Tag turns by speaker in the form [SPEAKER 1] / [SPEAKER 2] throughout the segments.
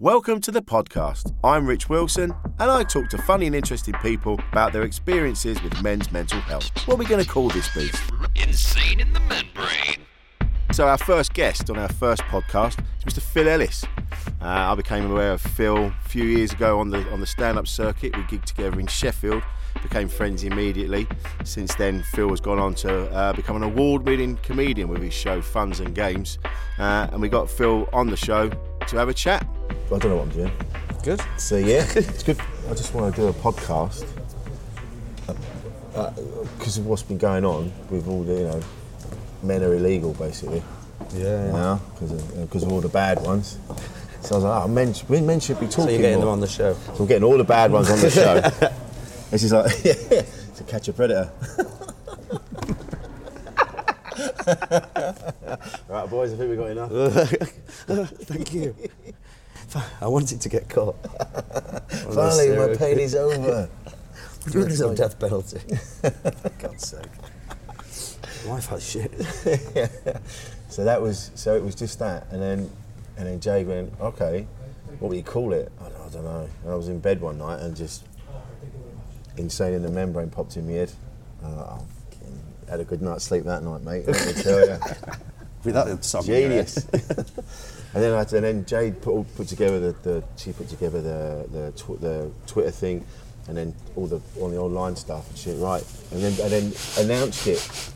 [SPEAKER 1] Welcome to the podcast. I'm Rich Wilson, and I talk to funny and interesting people about their experiences with men's mental health. What are we going to call this beast?
[SPEAKER 2] Insane in the membrane.
[SPEAKER 1] So, our first guest on our first podcast is Mr. Phil Ellis. Uh, I became aware of Phil a few years ago on the on the stand up circuit. We gigged together in Sheffield, became friends immediately. Since then, Phil has gone on to uh, become an award winning comedian with his show Funds and Games. Uh, and we got Phil on the show to have a chat. I don't know what I'm doing.
[SPEAKER 3] Good.
[SPEAKER 1] So, yeah, it's good. I just want to do a podcast because of what's been going on with all the, you know, men are illegal basically.
[SPEAKER 3] Yeah.
[SPEAKER 1] now because of, uh, 'cause of all the bad ones. So I was like, oh, men, sh- we- men should be talking.
[SPEAKER 3] So you're getting
[SPEAKER 1] more.
[SPEAKER 3] them on the show.
[SPEAKER 1] So I'm getting all the bad ones on the show. this is like to catch a predator. right, boys, I think we got enough.
[SPEAKER 3] Thank you. I wanted to get caught.
[SPEAKER 1] Finally, my pain is over.
[SPEAKER 3] There's no death penalty. God's sake. Life has shit.
[SPEAKER 1] So that was so it was just that, and then and then Jay went, okay, what would you call it? I don't, I don't know. And I was in bed one night and just insane in the membrane popped in my head. And I was like, oh, fucking had a good night's sleep that night, mate. Let me tell you,
[SPEAKER 3] Without some
[SPEAKER 1] genius. and then I had to, and then Jade put all, put together the, the she put together the the, tw- the Twitter thing, and then all the all the online stuff and shit, right? And then and then announced it.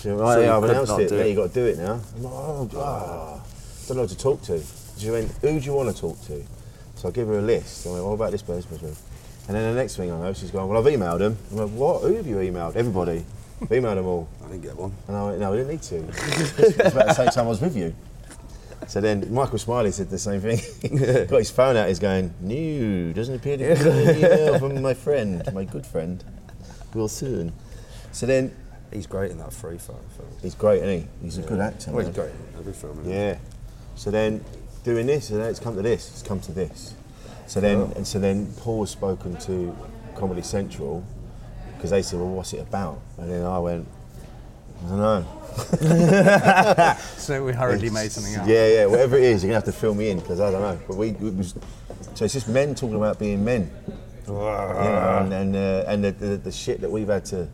[SPEAKER 1] She went, right,
[SPEAKER 3] So you
[SPEAKER 1] yeah, I've
[SPEAKER 3] could
[SPEAKER 1] announced
[SPEAKER 3] not
[SPEAKER 1] it.
[SPEAKER 3] do
[SPEAKER 1] Yeah,
[SPEAKER 3] it.
[SPEAKER 1] you got to do it now. I'm like, oh, ah, don't know who to talk to. She went, who do you want to talk to? So I give her a list. I went, what about this person? this person? And then the next thing I know, she's going, well, I've emailed them. I went, what? Who have you emailed? Everybody. I've emailed them all.
[SPEAKER 3] I didn't get one.
[SPEAKER 1] And I went, no, we didn't need to. It's about the same time I was with you. So then Michael Smiley said the same thing. Got his phone out, he's going, no, doesn't appear to be an email from my friend, my good friend, Will soon. So then,
[SPEAKER 3] He's great in that free fight film.
[SPEAKER 1] he's great, isn't he? He's a good actor.
[SPEAKER 3] Well, he's
[SPEAKER 1] man.
[SPEAKER 3] great in every film. isn't he?
[SPEAKER 1] Yeah. So then, doing this, and then it's come to this, it's come to this. So then, and so then, Paul's spoken to Comedy Central because they said, "Well, what's it about?" And then I went, "I don't know."
[SPEAKER 4] So we hurriedly made something up.
[SPEAKER 1] Yeah, yeah, whatever it is, you're gonna have to fill me in because I don't know. But we, it was, so it's just men talking about being men, you know, and and, uh, and the, the, the shit that we've had to,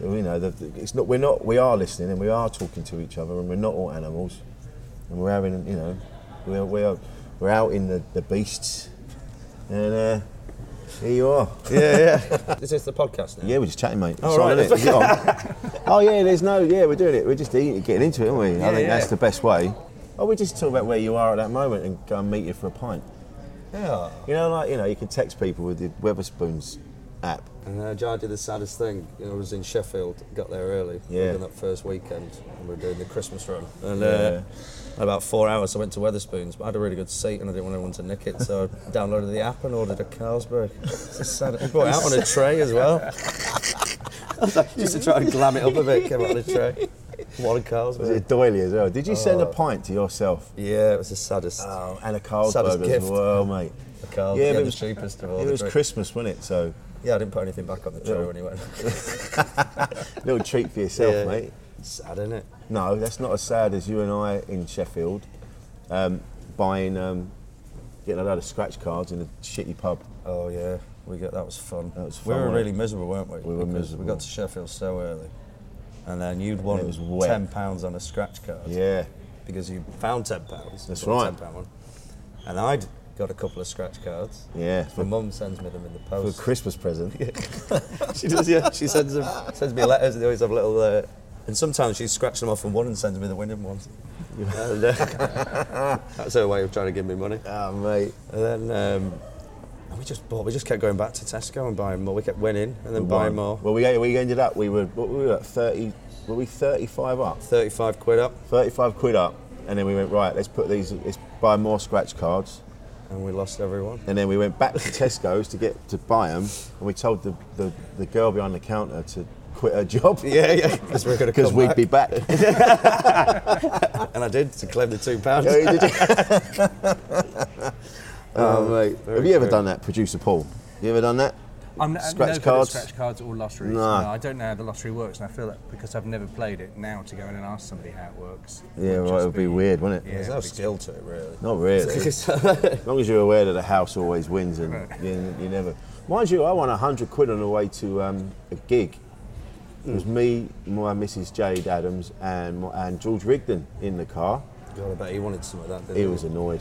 [SPEAKER 1] you know, the, the- it's not we're not we are listening and we are talking to each other and we're not all animals, and we're having you know, we're we're, we're out in the, the beasts, and uh, here you are.
[SPEAKER 3] Is this the podcast now?
[SPEAKER 1] Yeah, we're just chatting, mate.
[SPEAKER 3] Oh,
[SPEAKER 1] It's on,
[SPEAKER 3] right.
[SPEAKER 1] isn't it? Is it on? oh yeah, there's no. Yeah, we're doing it. We're just eating, getting into it, aren't we? I
[SPEAKER 4] Yeah,
[SPEAKER 1] think
[SPEAKER 4] yeah.
[SPEAKER 1] that's the best way. Oh, we just talk about where you are at that moment and go and meet you for a pint.
[SPEAKER 3] Yeah.
[SPEAKER 1] You know, like you know, you can text people with the Weatherspoons app.
[SPEAKER 3] And uh, Jai did the saddest thing. You know, I was in Sheffield, got there early.
[SPEAKER 1] Yeah.
[SPEAKER 3] Doing that first weekend, and we were doing the Christmas run. And
[SPEAKER 1] Yeah.
[SPEAKER 3] uh, about four hours, I went to Weatherspoons, but I had a really good seat, and I didn't want anyone to nick it, so I downloaded the app and ordered a Carlsberg. It's a sad. We brought it out on a tray as well. I was like, Just to try and glam it up a bit, came out on a tray. One
[SPEAKER 1] Was it a
[SPEAKER 3] Carlsberg.
[SPEAKER 1] doily as well? Did you send
[SPEAKER 3] Oh.
[SPEAKER 1] a pint to yourself?
[SPEAKER 3] Yeah, it was the saddest.
[SPEAKER 1] Oh, and a
[SPEAKER 3] Saddest
[SPEAKER 1] Carlsberg as
[SPEAKER 3] gift.
[SPEAKER 1] well, mate.
[SPEAKER 3] The Carlsberg,
[SPEAKER 1] but
[SPEAKER 3] Ah. yeah,
[SPEAKER 1] it
[SPEAKER 3] the cheapest of all.
[SPEAKER 1] It
[SPEAKER 3] the
[SPEAKER 1] was
[SPEAKER 3] drink-
[SPEAKER 1] Christmas, wasn't it? So,
[SPEAKER 3] Yeah, I didn't put anything back on the tray when he went.
[SPEAKER 1] little treat for yourself,
[SPEAKER 3] Yeah.
[SPEAKER 1] mate.
[SPEAKER 3] Sad, isn't it?
[SPEAKER 1] No, that's not as sad as you and I in Sheffield um, buying, um, getting a load of scratch cards in a shitty pub.
[SPEAKER 3] Oh yeah, we got that was fun.
[SPEAKER 1] That was
[SPEAKER 3] we
[SPEAKER 1] fun,
[SPEAKER 3] were
[SPEAKER 1] wasn't
[SPEAKER 3] really
[SPEAKER 1] it?
[SPEAKER 3] miserable, weren't we?
[SPEAKER 1] We were
[SPEAKER 3] Because
[SPEAKER 1] miserable.
[SPEAKER 3] We got to Sheffield so early, and then you'd won
[SPEAKER 1] it was wet.
[SPEAKER 3] ten pounds on a scratch card.
[SPEAKER 1] Yeah.
[SPEAKER 3] Because you found ten pounds.
[SPEAKER 1] That's
[SPEAKER 3] got a
[SPEAKER 1] right.
[SPEAKER 3] Ten pound one, and I'd got a couple of scratch cards.
[SPEAKER 1] Yeah, for-
[SPEAKER 3] My mum sends me them in the
[SPEAKER 1] For a
[SPEAKER 3] post.
[SPEAKER 1] Christmas present.
[SPEAKER 3] she does. Yeah. She sends them, sends me letters. They always have little uh, And sometimes she's scratching them off and one and sends me the winning ones. And, uh, that's her way of trying to give me money.
[SPEAKER 1] Oh, mate.
[SPEAKER 3] And then um, we just bought, we just kept going back to Tesco and buying more. We kept winning and then buying more.
[SPEAKER 1] Well, we, we ended up, we were, what, we were at 30, were we 35 up?
[SPEAKER 3] 35 quid up
[SPEAKER 1] 35 quid up. And then we went, right, let's put these, let's buy more scratch cards.
[SPEAKER 3] and we lost everyone.
[SPEAKER 1] And then we went back to Tesco's to get to buy them. And we told the, the, the girl behind the counter to quit her job.
[SPEAKER 3] Yeah, yeah. Because we're going to
[SPEAKER 1] Because
[SPEAKER 3] come
[SPEAKER 1] we'd
[SPEAKER 3] back.
[SPEAKER 1] be back.
[SPEAKER 3] And I did to claim the two pounds.
[SPEAKER 1] Yeah, you did. oh, mate.
[SPEAKER 3] very
[SPEAKER 1] Have you ever
[SPEAKER 3] true.
[SPEAKER 1] done that, producer Paul? You ever done that?
[SPEAKER 5] I'm n-
[SPEAKER 1] Scratch
[SPEAKER 5] no good at
[SPEAKER 1] cards?
[SPEAKER 5] scratch cards or lotteries.
[SPEAKER 1] No.
[SPEAKER 5] I don't know how the lottery works, and I feel that because I've never played it, now to go in and ask somebody how it works.
[SPEAKER 1] Yeah,
[SPEAKER 5] would
[SPEAKER 1] well, it
[SPEAKER 5] just
[SPEAKER 1] would be weird, wouldn't it?
[SPEAKER 3] There's
[SPEAKER 5] Yeah,
[SPEAKER 3] no skill to it, really.
[SPEAKER 1] Not really. as long as you're aware that the house always wins and you, you never. Mind you, I won 100 quid on the way to um, a gig. It was me, my Mrs. Jade Adams, and, my, and George Rigdon in the car.
[SPEAKER 3] God, I bet he wanted some of that, didn't he?
[SPEAKER 1] He was annoyed.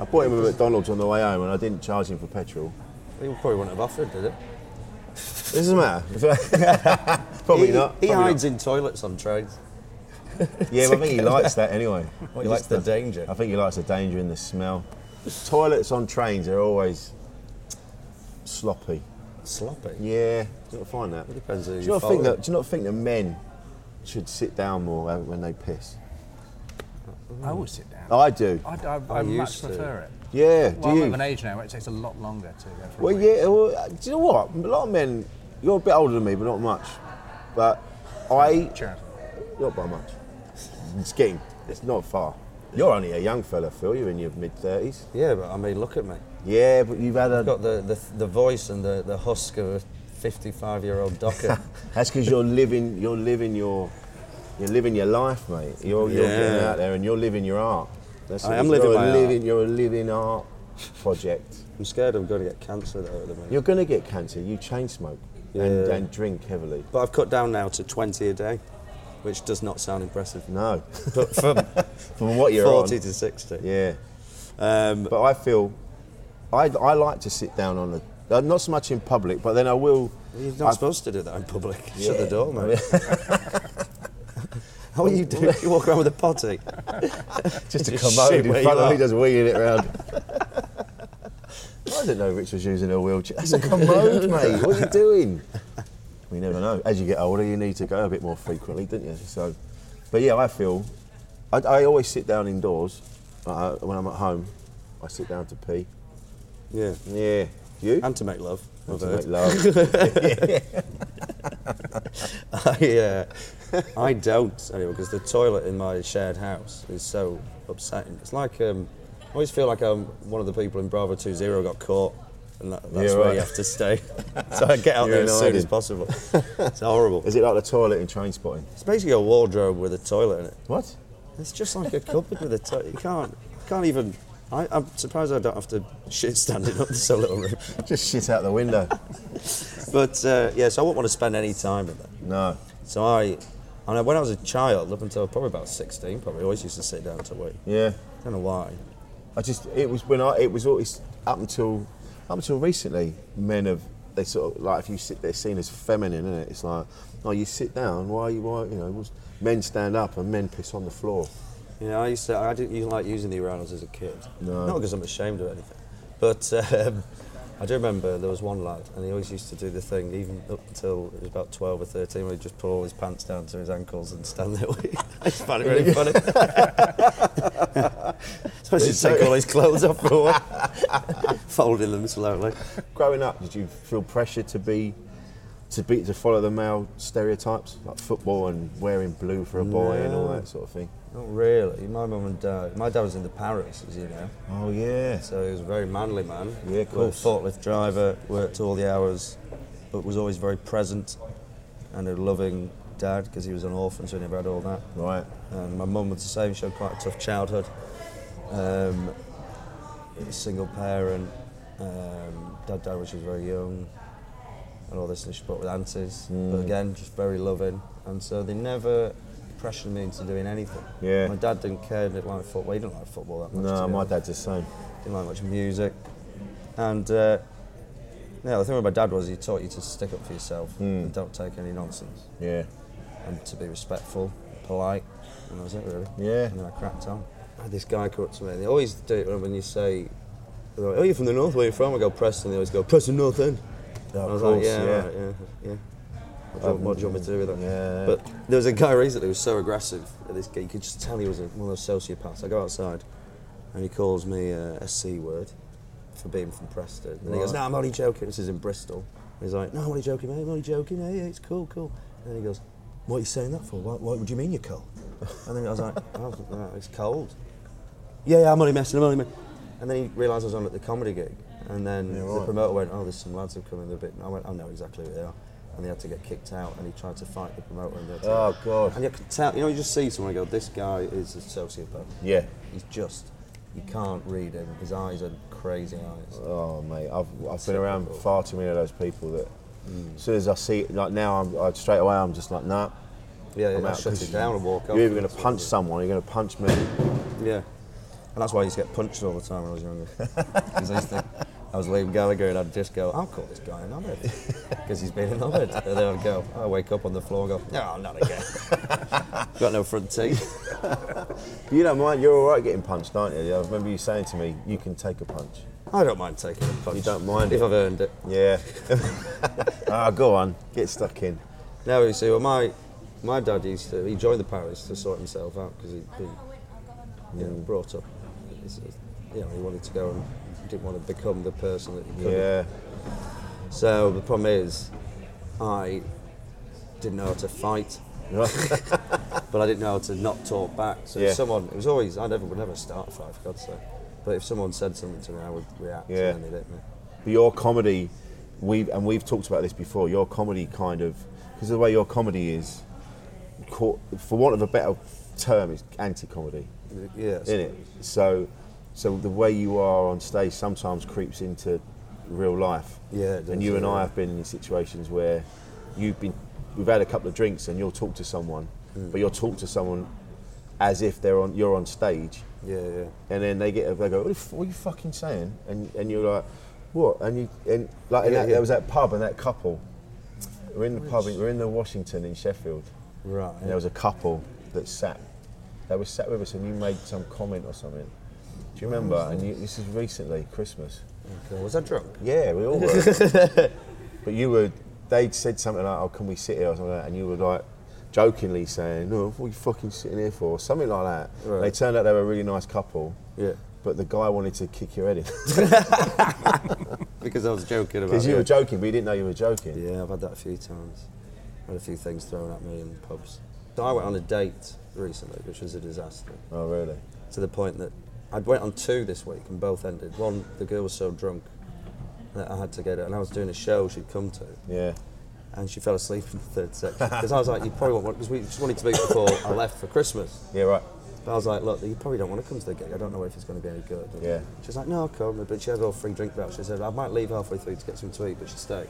[SPEAKER 1] I bought him a McDonald's on the way home and I didn't charge him for petrol.
[SPEAKER 3] He probably wouldn't have offered, did it?
[SPEAKER 1] Doesn't matter. Probably
[SPEAKER 3] he,
[SPEAKER 1] not.
[SPEAKER 3] He
[SPEAKER 1] Probably
[SPEAKER 3] hides in toilets on trains.
[SPEAKER 1] not. Yeah, but I think he likes that anyway.
[SPEAKER 3] He likes the danger.
[SPEAKER 1] I think he likes the danger and the smell. Toilets on trains are always sloppy.
[SPEAKER 3] Sloppy.
[SPEAKER 1] Yeah, do you not find that?
[SPEAKER 3] depends who
[SPEAKER 1] do
[SPEAKER 3] you
[SPEAKER 1] you not think
[SPEAKER 3] follow.
[SPEAKER 1] that? Do you not think that men should sit down more uh, when they piss?
[SPEAKER 5] I will sit down.
[SPEAKER 1] I do.
[SPEAKER 5] I, I, I,
[SPEAKER 3] I used
[SPEAKER 5] much
[SPEAKER 3] to.
[SPEAKER 5] prefer it.
[SPEAKER 1] Yeah.
[SPEAKER 5] Well,
[SPEAKER 1] Oh. do
[SPEAKER 5] I'm
[SPEAKER 1] you?
[SPEAKER 5] of an age now where it takes a lot longer to go for a
[SPEAKER 1] Well,
[SPEAKER 5] wee.
[SPEAKER 1] yeah. Well, uh, do you know what? A lot of men. You're a bit older than me, but not much. But I
[SPEAKER 5] Charitable.
[SPEAKER 1] not by much. It's getting. It's not far. You're only a young fella, Phil. You're in your mid thirties.
[SPEAKER 3] Yeah, but I mean, look at me.
[SPEAKER 1] Yeah, but you've had a.
[SPEAKER 3] I've got the, the, the voice and the, the husk of a 55 year old docker.
[SPEAKER 1] That's because you're living. You're living your. You're living your life, mate. You're, you're getting
[SPEAKER 3] Yeah.
[SPEAKER 1] out there and you're living your art. That's
[SPEAKER 3] I
[SPEAKER 1] it.
[SPEAKER 3] am living
[SPEAKER 1] you're a
[SPEAKER 3] my
[SPEAKER 1] living,
[SPEAKER 3] art.
[SPEAKER 1] You're a living art project.
[SPEAKER 3] I'm scared I'm going to get cancer though at the minute.
[SPEAKER 1] You're gonna get cancer. You chain smoke and,
[SPEAKER 3] Yeah.
[SPEAKER 1] and drink heavily.
[SPEAKER 3] But I've cut down now to 20 a day, which does not sound impressive.
[SPEAKER 1] No,
[SPEAKER 3] But from
[SPEAKER 1] from what you're
[SPEAKER 3] 40
[SPEAKER 1] on.
[SPEAKER 3] to 60.
[SPEAKER 1] Yeah,
[SPEAKER 3] Um,
[SPEAKER 1] but I feel. I, I like to sit down on the. uh, Not so much in public, but then I will.
[SPEAKER 3] you're not supposed to do that in public. Shut the
[SPEAKER 1] Yeah.
[SPEAKER 3] door, mate. How are you doing? You walk around with a potty.
[SPEAKER 1] just to
[SPEAKER 3] Just
[SPEAKER 1] come out
[SPEAKER 3] shit
[SPEAKER 1] in
[SPEAKER 3] where
[SPEAKER 1] front
[SPEAKER 3] you
[SPEAKER 1] of me,
[SPEAKER 3] are.
[SPEAKER 1] just wheeling it round. I didn't know Rich was using a wheelchair. That's a commode, mate. What are you doing? We never know. As you get older, you need to go a bit more frequently, don't you? So, but yeah, I feel I, I always sit down indoors uh, when I'm at home. I sit down to pee.
[SPEAKER 3] Yeah.
[SPEAKER 1] Yeah, you.
[SPEAKER 3] And to make love. I've
[SPEAKER 1] to
[SPEAKER 3] heard.
[SPEAKER 1] make love.
[SPEAKER 3] I, uh, I don't anyway because the toilet in my shared house is so upsetting. It's like um, I always feel like I'm one of the people in Bravo 20 got caught, and that, that's
[SPEAKER 1] Yeah,
[SPEAKER 3] where
[SPEAKER 1] right.
[SPEAKER 3] you have to stay. so I get out
[SPEAKER 1] You're
[SPEAKER 3] there as soon
[SPEAKER 1] in
[SPEAKER 3] as possible. It's horrible.
[SPEAKER 1] Is it like the toilet in train spotting?
[SPEAKER 3] It's basically a wardrobe with a toilet in it.
[SPEAKER 1] What?
[SPEAKER 3] It's just like a cupboard with a toilet. You can't, you can't even. I, I'm surprised I don't have to shit standing up. There's so little room.
[SPEAKER 1] Just shit out the window.
[SPEAKER 3] But uh, yeah, so I wouldn't want to spend any time in there.
[SPEAKER 1] No.
[SPEAKER 3] So I, I know when I was a child, up until probably about 16, probably always used to sit down to wait.
[SPEAKER 1] Yeah.
[SPEAKER 3] don't know why.
[SPEAKER 1] I just it was when I it was always up until up until recently men have they sort of like if you sit they're seen as feminine isn't it it's like oh you sit down why you why you know was, men stand up and men piss on the floor
[SPEAKER 3] You know, I used to, I didn't you like using the urinals as a kid. No. Not because I'm ashamed of anything, but um, I do remember there was one lad, and he always used to do the thing, even up until he was about 12 or 13, where he'd just pull all his pants down to his ankles and stand there. I just found it really funny. so I just take all his clothes off for one, folding them slowly.
[SPEAKER 1] growing up did you feel pressure to be to be to follow the male stereotypes like football and wearing blue for a boy and all
[SPEAKER 3] No.
[SPEAKER 1] that sort of thing
[SPEAKER 3] Not really. My mum and dad. My dad was in the Paris, as you know.
[SPEAKER 1] oh yeah
[SPEAKER 3] So he was a very manly man.
[SPEAKER 1] Yeah, of course.
[SPEAKER 3] Worked Forklift driver, worked all the hours, but was always very present and a loving dad because he was an orphan, so he never had all that.
[SPEAKER 1] right
[SPEAKER 3] And my mum was the same, she had quite a tough childhood. Um, it was single parent, um, dad died when she was very young, and all this, and she brought with aunties.
[SPEAKER 1] Mm.
[SPEAKER 3] But again, just very loving. And so they never pressured me into doing anything.
[SPEAKER 1] Yeah.
[SPEAKER 3] My dad didn't care, didn't like football, he didn't like football that much. to
[SPEAKER 1] no
[SPEAKER 3] be
[SPEAKER 1] my
[SPEAKER 3] honest
[SPEAKER 1] dad's the same
[SPEAKER 3] didn't like much music. And uh, yeah, the thing with my dad was he taught you to stick up for yourself and don't take any nonsense.
[SPEAKER 1] yeah
[SPEAKER 3] and to be respectful, polite, and that was it really.
[SPEAKER 1] Yeah.
[SPEAKER 3] And then I cracked on. I had this guy come up to me, and they always do it when when you say, they're like, "Oh, you're from the north? Where you from?" I go Preston. They always go Preston North End.
[SPEAKER 1] Oh,
[SPEAKER 3] I
[SPEAKER 1] of
[SPEAKER 3] was
[SPEAKER 1] course,
[SPEAKER 3] like, yeah,
[SPEAKER 1] yeah.
[SPEAKER 3] right, yeah, yeah. What do, you- what do you want me to do with that?
[SPEAKER 1] Yeah.
[SPEAKER 3] But there was a guy recently who was so aggressive at this guy, you could just tell he was a, one of those sociopaths. I go outside and he calls me uh, a C word for being from Preston. And he goes, No, I'm only joking. This is in Bristol. And he's like, No, I'm only joking, mate. I'm only joking. Hey, yeah, it's cool, cool. And then he goes, What are you saying that for? What, what would you mean you're cold? And then I was like, oh, no, It's cold. Yeah, yeah, I'm only messing, I'm only messing. And then he realised I was on at the comedy gig. And then the
[SPEAKER 1] right.
[SPEAKER 3] promoter went, oh, there's some lads who've come in a bit. And I went, I know exactly who they are. And they had to get kicked out, and he tried to fight the promoter. And they had to-
[SPEAKER 1] Oh, God.
[SPEAKER 3] And you could tell, you know, you just see someone and go, this guy is a sociopath.
[SPEAKER 1] Yeah.
[SPEAKER 3] He's just, you can't read him. His eyes are crazy eyes.
[SPEAKER 1] Oh mate, I've, I've been around far too many of those people that.
[SPEAKER 3] Mm.
[SPEAKER 1] As soon as I see, like now, I'm I, straight away. I'm just like, nah.
[SPEAKER 3] Yeah,
[SPEAKER 1] I'm
[SPEAKER 3] yeah,
[SPEAKER 1] out,
[SPEAKER 3] shut
[SPEAKER 1] 'cause
[SPEAKER 3] it down and walk off.
[SPEAKER 1] You're either going to punch someone, or you're going to punch me.
[SPEAKER 3] Yeah. And that's why I used to get punched all the time when I was younger. 'Cause I, used to, I was Liam Gallagher and I'd just go, I'll call this guy an knobhead. Because he's been a knobhead. And then I'd go, I wake up on the floor and go, no, not again. Got no front teeth.
[SPEAKER 1] you don't mind. You're all right getting punched, aren't you? I remember you saying to me, you can take a punch.
[SPEAKER 3] I don't mind taking a punch.
[SPEAKER 1] You don't mind
[SPEAKER 3] If
[SPEAKER 1] it.
[SPEAKER 3] I've earned it.
[SPEAKER 1] Yeah. ah, go on, get stuck in.
[SPEAKER 3] Now you see, well, my my dad used to he joined the palace to sort himself out because he'd been you know, brought up. it's- it's- You know, he wanted to go and didn't want to become the person that he could.
[SPEAKER 1] Yeah.
[SPEAKER 3] So the problem is, I didn't know how to fight, but I didn't know how to not talk back. So
[SPEAKER 1] Yeah.
[SPEAKER 3] if someone, it was always I never would never start a fight for God's sake. But if someone said something to me, I would react
[SPEAKER 1] Yeah.
[SPEAKER 3] and then they'd hit me.
[SPEAKER 1] But your comedy, we've and we've talked about this before. Your comedy kind of because of the way your comedy is, co- for want of a better term, it's anti-comedy.
[SPEAKER 3] Yes.
[SPEAKER 1] in it. So, so the way you are on stage sometimes creeps into real life.
[SPEAKER 3] Yeah, it does,
[SPEAKER 1] and you and I
[SPEAKER 3] yeah.
[SPEAKER 1] have been in situations where you've been, we've had a couple of drinks, and you'll talk to someone,
[SPEAKER 3] Mm.
[SPEAKER 1] but you'll talk to someone as if they're on, you're on stage,
[SPEAKER 3] Yeah, yeah.
[SPEAKER 1] and then they get, they go, what, the f- what are you fucking saying? And and you're like, what? And you and like and
[SPEAKER 3] Yeah,
[SPEAKER 1] that,
[SPEAKER 3] yeah.
[SPEAKER 1] there was that pub and that couple. We're in the pub. in- We're in the Washington in Sheffield.
[SPEAKER 3] Right.
[SPEAKER 1] And there was a couple that sat, they were sat with us, and you made some comment or something. Do you remember? And you, this is recently, Christmas.
[SPEAKER 3] Okay, Was I drunk?
[SPEAKER 1] Yeah, we all were. but you were, they'd said something like, "Oh, can we sit here?" or something like that, and you were like. Jokingly saying, "No, what are you fucking sitting here for?" or Something like that.
[SPEAKER 3] Right.
[SPEAKER 1] They turned out they were a really nice couple,
[SPEAKER 3] Yeah.
[SPEAKER 1] but the guy wanted to kick your head in
[SPEAKER 3] Because I was joking about.
[SPEAKER 1] because you
[SPEAKER 3] it.
[SPEAKER 1] were joking, but he didn't know you were joking.
[SPEAKER 3] Yeah, I've had that a few times. had a few things thrown at me in pubs. So I went on a date recently, which was a disaster.
[SPEAKER 1] Oh, really?
[SPEAKER 3] To the point that I'd went on two this week and both ended. One, the girl was so drunk that I had to get her, and I was doing a show she'd come to,
[SPEAKER 1] Yeah.
[SPEAKER 3] and she fell asleep in the third section. Because I was like, you probably won't want, because we just wanted to meet before I left for Christmas.
[SPEAKER 1] Yeah. Right.
[SPEAKER 3] But I was like, look, you probably don't want to come to the gig. I don't know if it's going to be any good.
[SPEAKER 1] Yeah.
[SPEAKER 3] She's like, no, I'll come. But she had a free drink voucher. She said, I might leave halfway through to get something to eat, but she'll stay.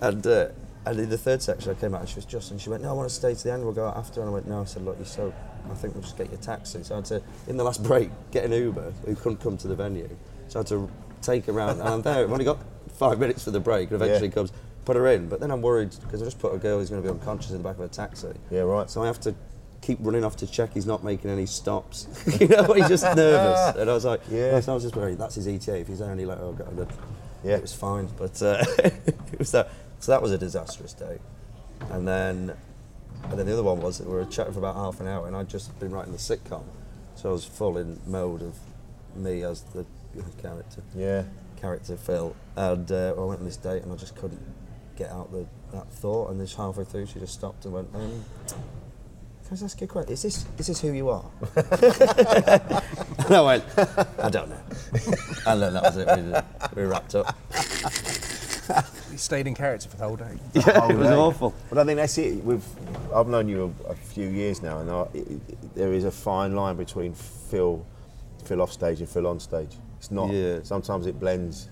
[SPEAKER 3] And, uh, and in the third section, I came out and she was just, and she went, no, I want to stay to the end. We'll go out after. And I went, no. I said, look, you're so, I think we'll just get your taxi. So I had to, in the last break, get an Uber who couldn't come to the venue. So I had to take her round. And I'm there. I've only got five minutes for the break. And eventually
[SPEAKER 1] Yeah.
[SPEAKER 3] comes, put her in. But then I'm worried because I just put a girl who's going to be unconscious in the back of a taxi.
[SPEAKER 1] Yeah, right.
[SPEAKER 3] So I have to keep running off to check he's not making any stops. you know, he's just nervous. And I was like,
[SPEAKER 1] Yeah.
[SPEAKER 3] yeah. So I was just worried, that's his ETA. If he's only like, oh, God, then
[SPEAKER 1] Yeah.
[SPEAKER 3] it was fine. But uh, it was that. So that was a disastrous day. And then, and then the other one was that we were chatting for about half an hour, and I'd just been writing the sitcom. So I was full in mode of me as the character
[SPEAKER 1] Yeah.
[SPEAKER 3] character Phil, and uh, I went on this date and I just couldn't get out the, that thought. And just halfway through, she just stopped and went, um, "Can I just ask you a question? Is this is this who you are?" and I went, "I don't know." and then that was it. We, did it. we wrapped up.
[SPEAKER 5] He stayed in character for the whole day.
[SPEAKER 1] whole
[SPEAKER 3] it was
[SPEAKER 1] day.
[SPEAKER 3] awful.
[SPEAKER 1] But I think that's it. We've, I've known you a, a few years now, and I, it, it- there is a fine line between Phil, Phil off stage and Phil on stage. It's not.
[SPEAKER 3] Yeah.
[SPEAKER 1] Sometimes it blends,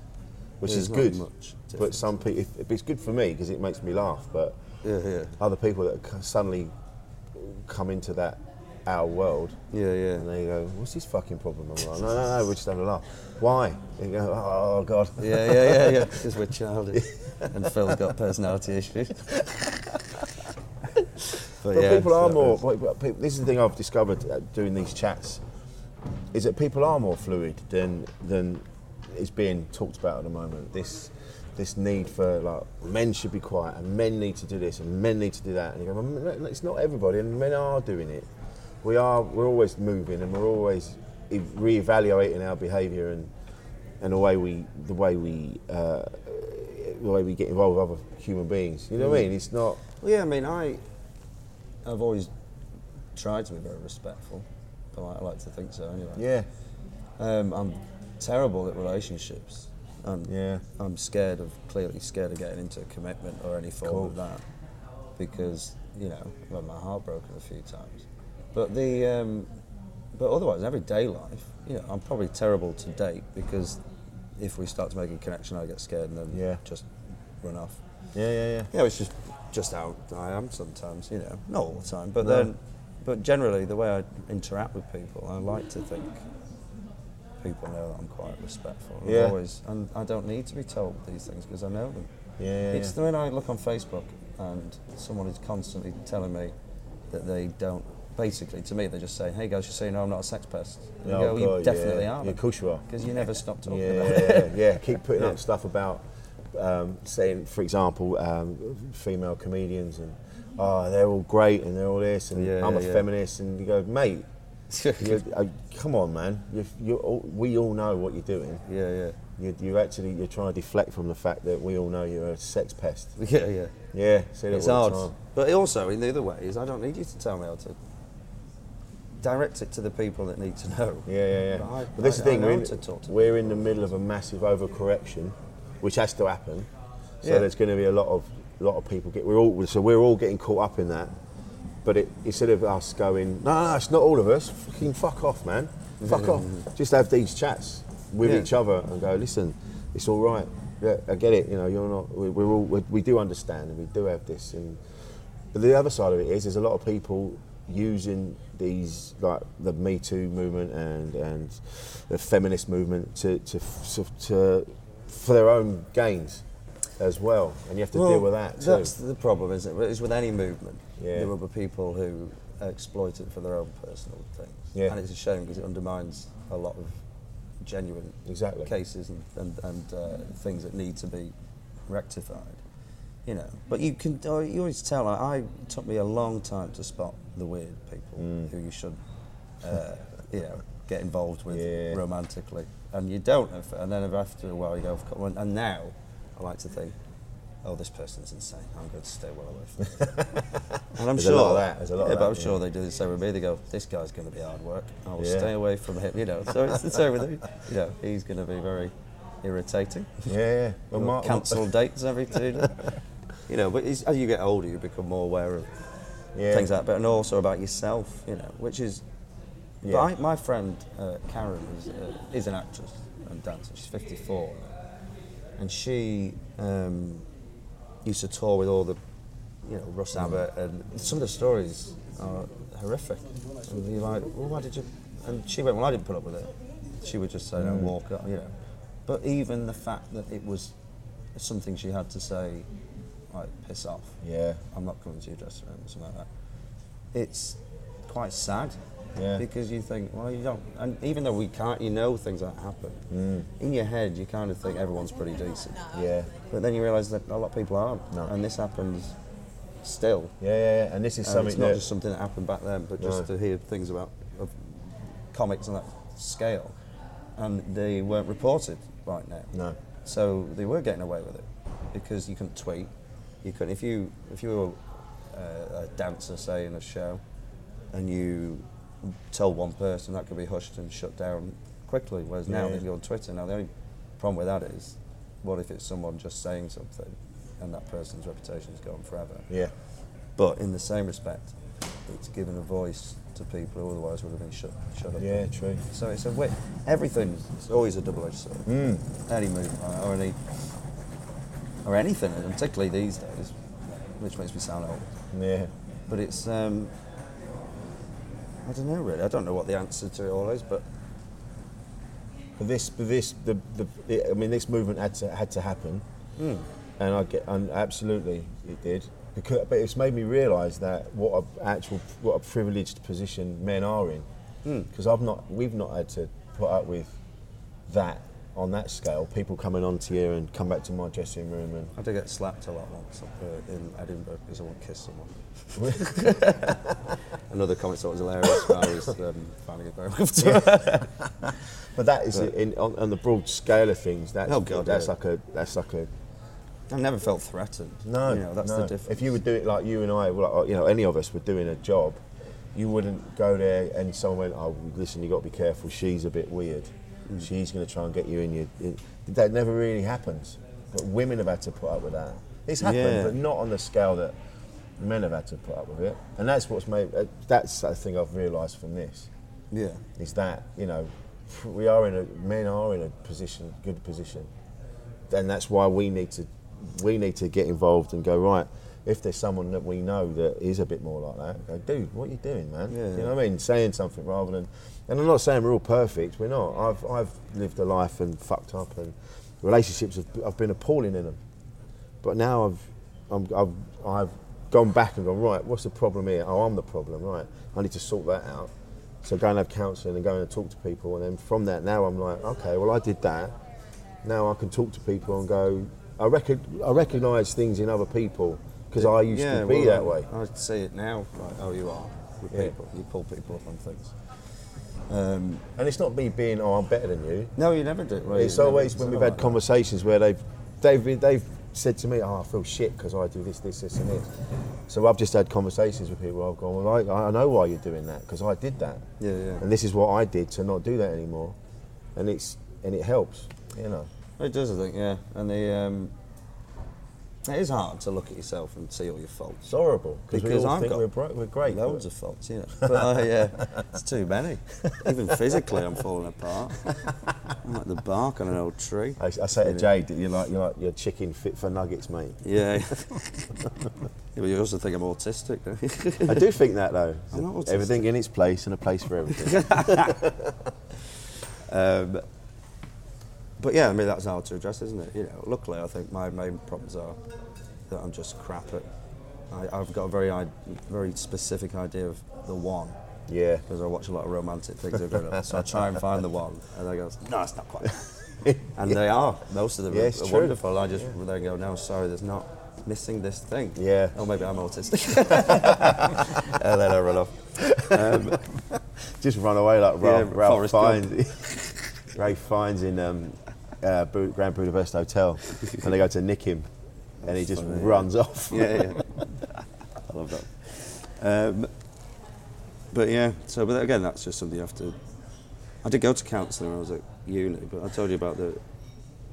[SPEAKER 1] which
[SPEAKER 3] There's
[SPEAKER 1] is
[SPEAKER 3] not
[SPEAKER 1] good.
[SPEAKER 3] much
[SPEAKER 1] but
[SPEAKER 3] difference.
[SPEAKER 1] some people, if, if it's good for me because it makes me laugh. But
[SPEAKER 3] Yeah, yeah,
[SPEAKER 1] other people that c- suddenly come into that our world,
[SPEAKER 3] yeah, yeah.
[SPEAKER 1] and they go, "What's his fucking problem?" I'm like, "No, no, no, we're just having a laugh." Why? They go, "Oh God."
[SPEAKER 3] Yeah, yeah, yeah, yeah. Because we're childish, and Phil's got personality issues. But,
[SPEAKER 1] But
[SPEAKER 3] yeah,
[SPEAKER 1] people are
[SPEAKER 3] so- uh,
[SPEAKER 1] more. well, well, people- This is the thing I've discovered uh, doing these chats, is that people are more fluid than than is being talked about at the moment. This this need for like men should be quiet and men need to do this and men need to do that. And you go, well, no, it's not everybody, and men are doing it. We are. We're always moving and we're always e- re-evaluating our behaviour and and the way we the way we. Uh, the way we get involved with other human beings, you know what I mean? It's not.
[SPEAKER 3] Well, yeah, I mean, I, I've always tried to be very respectful. I like, I like to think so, anyway.
[SPEAKER 1] Yeah,
[SPEAKER 3] Um, I'm terrible at relationships. And
[SPEAKER 1] Yeah.
[SPEAKER 3] I'm scared of, clearly scared of getting into a commitment or any form of that. Because, you know, I've had my heart broken a few times. But the, um, but otherwise, in everyday life, you know, I'm probably terrible to date because if we start to make a connection, I get scared and then
[SPEAKER 1] Yeah.
[SPEAKER 3] just run off.
[SPEAKER 1] yeah, yeah, yeah.
[SPEAKER 3] Yeah, it's just just how I am sometimes, you know. Not all the time, but
[SPEAKER 1] No.
[SPEAKER 3] then, but generally the way I interact with people, I like to think people know that I'm quite respectful. I've
[SPEAKER 1] Yeah.
[SPEAKER 3] Always, and I don't need to be told these things because I know them.
[SPEAKER 1] Yeah, yeah,
[SPEAKER 3] It's
[SPEAKER 1] yeah.
[SPEAKER 3] the when I look on Facebook and someone is constantly telling me that they don't. Basically, to me, they just say, "Hey guys, just so you know, I'm not a sex pest." And you
[SPEAKER 1] Oh,
[SPEAKER 3] go, "You
[SPEAKER 1] God,
[SPEAKER 3] definitely
[SPEAKER 1] yeah.
[SPEAKER 3] are."
[SPEAKER 1] Yeah, of course you are.
[SPEAKER 3] Because you never stop talking about it.
[SPEAKER 1] yeah, yeah, yeah. Keep putting up stuff about um, saying, for example, um, female comedians and oh, they're all great and they're all this and
[SPEAKER 3] Yeah,
[SPEAKER 1] I'm a
[SPEAKER 3] yeah, yeah.
[SPEAKER 1] feminist and you go, mate, you're, uh, come on, man. You're, you're all, we all know what you're doing.
[SPEAKER 3] Yeah, yeah,
[SPEAKER 1] You're, you're actually you're trying to deflect from the fact that we all know you're a sex pest.
[SPEAKER 3] yeah, yeah.
[SPEAKER 1] Yeah, say that
[SPEAKER 3] It's
[SPEAKER 1] all
[SPEAKER 3] hard.
[SPEAKER 1] the time.
[SPEAKER 3] But also, in the other way, is I don't need you to tell me how to direct it to the people that need to know.
[SPEAKER 1] Yeah, yeah, yeah.
[SPEAKER 3] But I-
[SPEAKER 1] but that's the
[SPEAKER 3] I- I
[SPEAKER 1] thing.
[SPEAKER 3] know
[SPEAKER 1] We're in,
[SPEAKER 3] to talk to
[SPEAKER 1] we're in the middle of a massive overcorrection, which has to happen. So
[SPEAKER 3] Yeah.
[SPEAKER 1] there's going to be a lot of lot of people get. We're all so we're all getting caught up in that. But it, instead of us going, no, no, no, it's not all of us. Fucking fuck off, man. Fuck off. Just have these chats with
[SPEAKER 3] Mm. Yeah.
[SPEAKER 1] each other and go, listen, it's all right. Yeah, I get it. You know, you're not. We, we're all. We, we do understand and we do have this. And but the other side of it is, there's a lot of people using these like the Me Too movement and and the feminist movement to to, to, to for their own gains as well, and you have to deal with that too.
[SPEAKER 3] That's the problem, isn't it? It's with any movement.
[SPEAKER 1] Yeah.
[SPEAKER 3] There will be people who exploit it for their own personal things.
[SPEAKER 1] Yeah.
[SPEAKER 3] And it's a shame because it undermines a lot of genuine
[SPEAKER 1] Exactly.
[SPEAKER 3] cases and, and, and uh, things that need to be rectified. You know, but you can. oh, You always tell. I, I it took me a long time to spot the weird people
[SPEAKER 1] Mm.
[SPEAKER 3] who you should, uh, you know, get involved with
[SPEAKER 1] Yeah.
[SPEAKER 3] romantically, and you don't. if- And then after a while, you go. "Of course," And now, I like to think, oh, this person's insane. I'm going to stay well away from. Them. and I'm
[SPEAKER 1] There's a
[SPEAKER 3] sure
[SPEAKER 1] lot of that, there's a lot
[SPEAKER 3] yeah,
[SPEAKER 1] of
[SPEAKER 3] but
[SPEAKER 1] that,
[SPEAKER 3] I'm
[SPEAKER 1] yeah.
[SPEAKER 3] sure they do the same with me. They go, this guy's going to be hard work. I'll
[SPEAKER 1] Yeah.
[SPEAKER 3] stay away from him. You know, so it's the same with him. You know, he's going to be very irritating.
[SPEAKER 1] yeah, yeah. Well,
[SPEAKER 3] Or
[SPEAKER 1] Mark-
[SPEAKER 3] cancel dates every two days. You know, but it's, as you get older, you become more aware of
[SPEAKER 1] Yeah.
[SPEAKER 3] things like that, but and also about yourself, you know, which is. but
[SPEAKER 1] Yeah.
[SPEAKER 3] I, my friend uh, Karen is, uh, is an actress and dancer. She's 54. And she um, used to tour with all the, you know, Russ Abbott, and some of the stories are horrific. And you're like, well, why did you? And she went, well, I didn't put up with it. She would just say,
[SPEAKER 1] Mm.
[SPEAKER 3] no, walk up, you know. But even the fact that it was something she had to say, like, piss off.
[SPEAKER 1] Yeah.
[SPEAKER 3] I'm not coming to your dressing room or something like that. It's quite sad.
[SPEAKER 1] Yeah.
[SPEAKER 3] Because you think, well, you don't, and even though we can't, you know things that happen.
[SPEAKER 1] Mm.
[SPEAKER 3] In your head, you kind of think everyone's pretty decent.
[SPEAKER 1] Yeah.
[SPEAKER 3] But then you realise that a lot of people aren't,
[SPEAKER 1] No.
[SPEAKER 3] and this happens still.
[SPEAKER 1] Yeah, yeah, yeah. And this is
[SPEAKER 3] And
[SPEAKER 1] something
[SPEAKER 3] it's not
[SPEAKER 1] that
[SPEAKER 3] just something that happened back then, but just
[SPEAKER 1] No.
[SPEAKER 3] to hear things about of comics on that scale, and they weren't reported right now.
[SPEAKER 1] No.
[SPEAKER 3] So they were getting away with it because you couldn't tweet. You couldn't if you if you were uh, a dancer, say in a show, and you told one person that could be hushed and shut down quickly. Whereas now
[SPEAKER 1] Yeah.
[SPEAKER 3] they go on Twitter. Now the only problem with that is, what if it's someone just saying something, and that person's reputation's gone forever.
[SPEAKER 1] yeah,
[SPEAKER 3] But in the same respect, it's given a voice to people who otherwise would have been shut, shut up.
[SPEAKER 1] yeah, true.
[SPEAKER 3] So it's a way, everything is always a double-edged sword. Any movement or any or anything, and particularly these days, which makes me sound old.
[SPEAKER 1] Yeah,
[SPEAKER 3] But it's um, I don't know really. I don't know what the answer to it all is, but
[SPEAKER 1] but this, but this, the, the,
[SPEAKER 3] Hmm.
[SPEAKER 1] the, I mean, this movement had to had to happen, and I get, and absolutely it did. Because, but it's made me realise that what a actual what a privileged position men are in.
[SPEAKER 3] Hmm.
[SPEAKER 1] Because I've not, we've not had to put up with that on that scale. People coming onto you and come back to my dressing room and
[SPEAKER 3] I did get slapped a lot once up uh, in Edinburgh because someone kissed someone. Another comment that was hilarious. I was um, finding it very
[SPEAKER 1] But that is in, on, on the broad scale of things. That's,
[SPEAKER 3] Oh, God,
[SPEAKER 1] that's
[SPEAKER 3] yeah.
[SPEAKER 1] like a that's like a
[SPEAKER 3] I've never felt threatened.
[SPEAKER 1] no.
[SPEAKER 3] you know, that's
[SPEAKER 1] no.
[SPEAKER 3] the difference.
[SPEAKER 1] If you would do it like you and I, well, like, you know, any of us were doing a job, you wouldn't go there and someone went, "Oh, listen, you got to be careful. She's a bit weird.
[SPEAKER 3] Hmm.
[SPEAKER 1] She's going to try and get you in your." In. That never really happens. But women have had to put up with that. It's happened,
[SPEAKER 3] Yeah.
[SPEAKER 1] but not on the scale that men have had to put up with it. And that's what's made. uh, That's the thing I've realised from this
[SPEAKER 3] yeah,
[SPEAKER 1] is that you know we are in a men are in a position good position and that's why we need to we need to get involved and go right if there's someone that we know that is a bit more like that go dude what are you doing man
[SPEAKER 3] Yeah.
[SPEAKER 1] you know what I mean saying something rather than and I'm not saying we're all perfect we're not I've, I've lived a life and fucked up and relationships have, I've been appalling in them but now I've, I'm, I've, I've gone back and gone, right, what's the problem here? Oh, I'm the problem, right. I need to sort that out. So go and have counselling and go and talk to people. And then from that, now I'm like, okay, well, I did that. Now I can talk to people and go, I, record, I recognise things in other people because I used
[SPEAKER 3] yeah,
[SPEAKER 1] to be
[SPEAKER 3] well,
[SPEAKER 1] that way.
[SPEAKER 3] I see it now. Like how you are with
[SPEAKER 1] Yeah.
[SPEAKER 3] people. You pull people up on things. Um,
[SPEAKER 1] And it's not me being, oh, I'm better than you.
[SPEAKER 3] No, you never do. Well,
[SPEAKER 1] It's
[SPEAKER 3] you never-
[SPEAKER 1] always when we've
[SPEAKER 3] never
[SPEAKER 1] had
[SPEAKER 3] like that.
[SPEAKER 1] conversations where they've they've been- they've said to me, "Oh, I feel shit because I do this, this, this, and this." So I've just had conversations with people. Where I've gone, "Well, I, I know why you're doing that because I did that,
[SPEAKER 3] Yeah, yeah.
[SPEAKER 1] and this is what I did to not do that anymore," and it's and it helps, you know.
[SPEAKER 3] It does, I think, yeah. And the um, it is hard to look at yourself and see all your faults.
[SPEAKER 1] It's horrible because we all think we're, bro- we're great.
[SPEAKER 3] loads
[SPEAKER 1] but-
[SPEAKER 3] of faults, you know. But I, uh, it's too many. Even physically, I'm falling apart. I'm like the bark on an old tree.
[SPEAKER 1] I, I say to Jade that you're like you're like your chicken fit for nuggets, mate.
[SPEAKER 3] Yeah. yeah but you also think I'm autistic, don't you?
[SPEAKER 1] I do think that though.
[SPEAKER 3] I'm not autistic.
[SPEAKER 1] Everything in its place and a place for everything.
[SPEAKER 3] um, but yeah, I mean that's hard to address, isn't it? You know, luckily I think my main problems are that I'm just crap at. I, I've got a very, i- very specific idea of the one.
[SPEAKER 1] yeah.
[SPEAKER 3] because I watch a lot of romantic things I've grown up. So I try and find the one, and they go, no, it's not quite. and they are. Most of them
[SPEAKER 1] Yeah,
[SPEAKER 3] are,
[SPEAKER 1] it's
[SPEAKER 3] are
[SPEAKER 1] true.
[SPEAKER 3] wonderful. I just they go, no, sorry, there's not missing this thing.
[SPEAKER 1] Yeah.
[SPEAKER 3] Or maybe I'm autistic. and then I run off.
[SPEAKER 1] just run away like Ralph,
[SPEAKER 3] Um, Yeah,
[SPEAKER 1] Ralph
[SPEAKER 3] Forrest Gump.
[SPEAKER 1] Fiennes. Ralph Fiennes in um, uh, Bu- Grand Budapest Hotel, and they go to nick him, and he just runs off.
[SPEAKER 3] Yeah, yeah. I love that. Um, but yeah, so but again, that's just something you have to. I did go to counselling when I was at uni, but I told you about the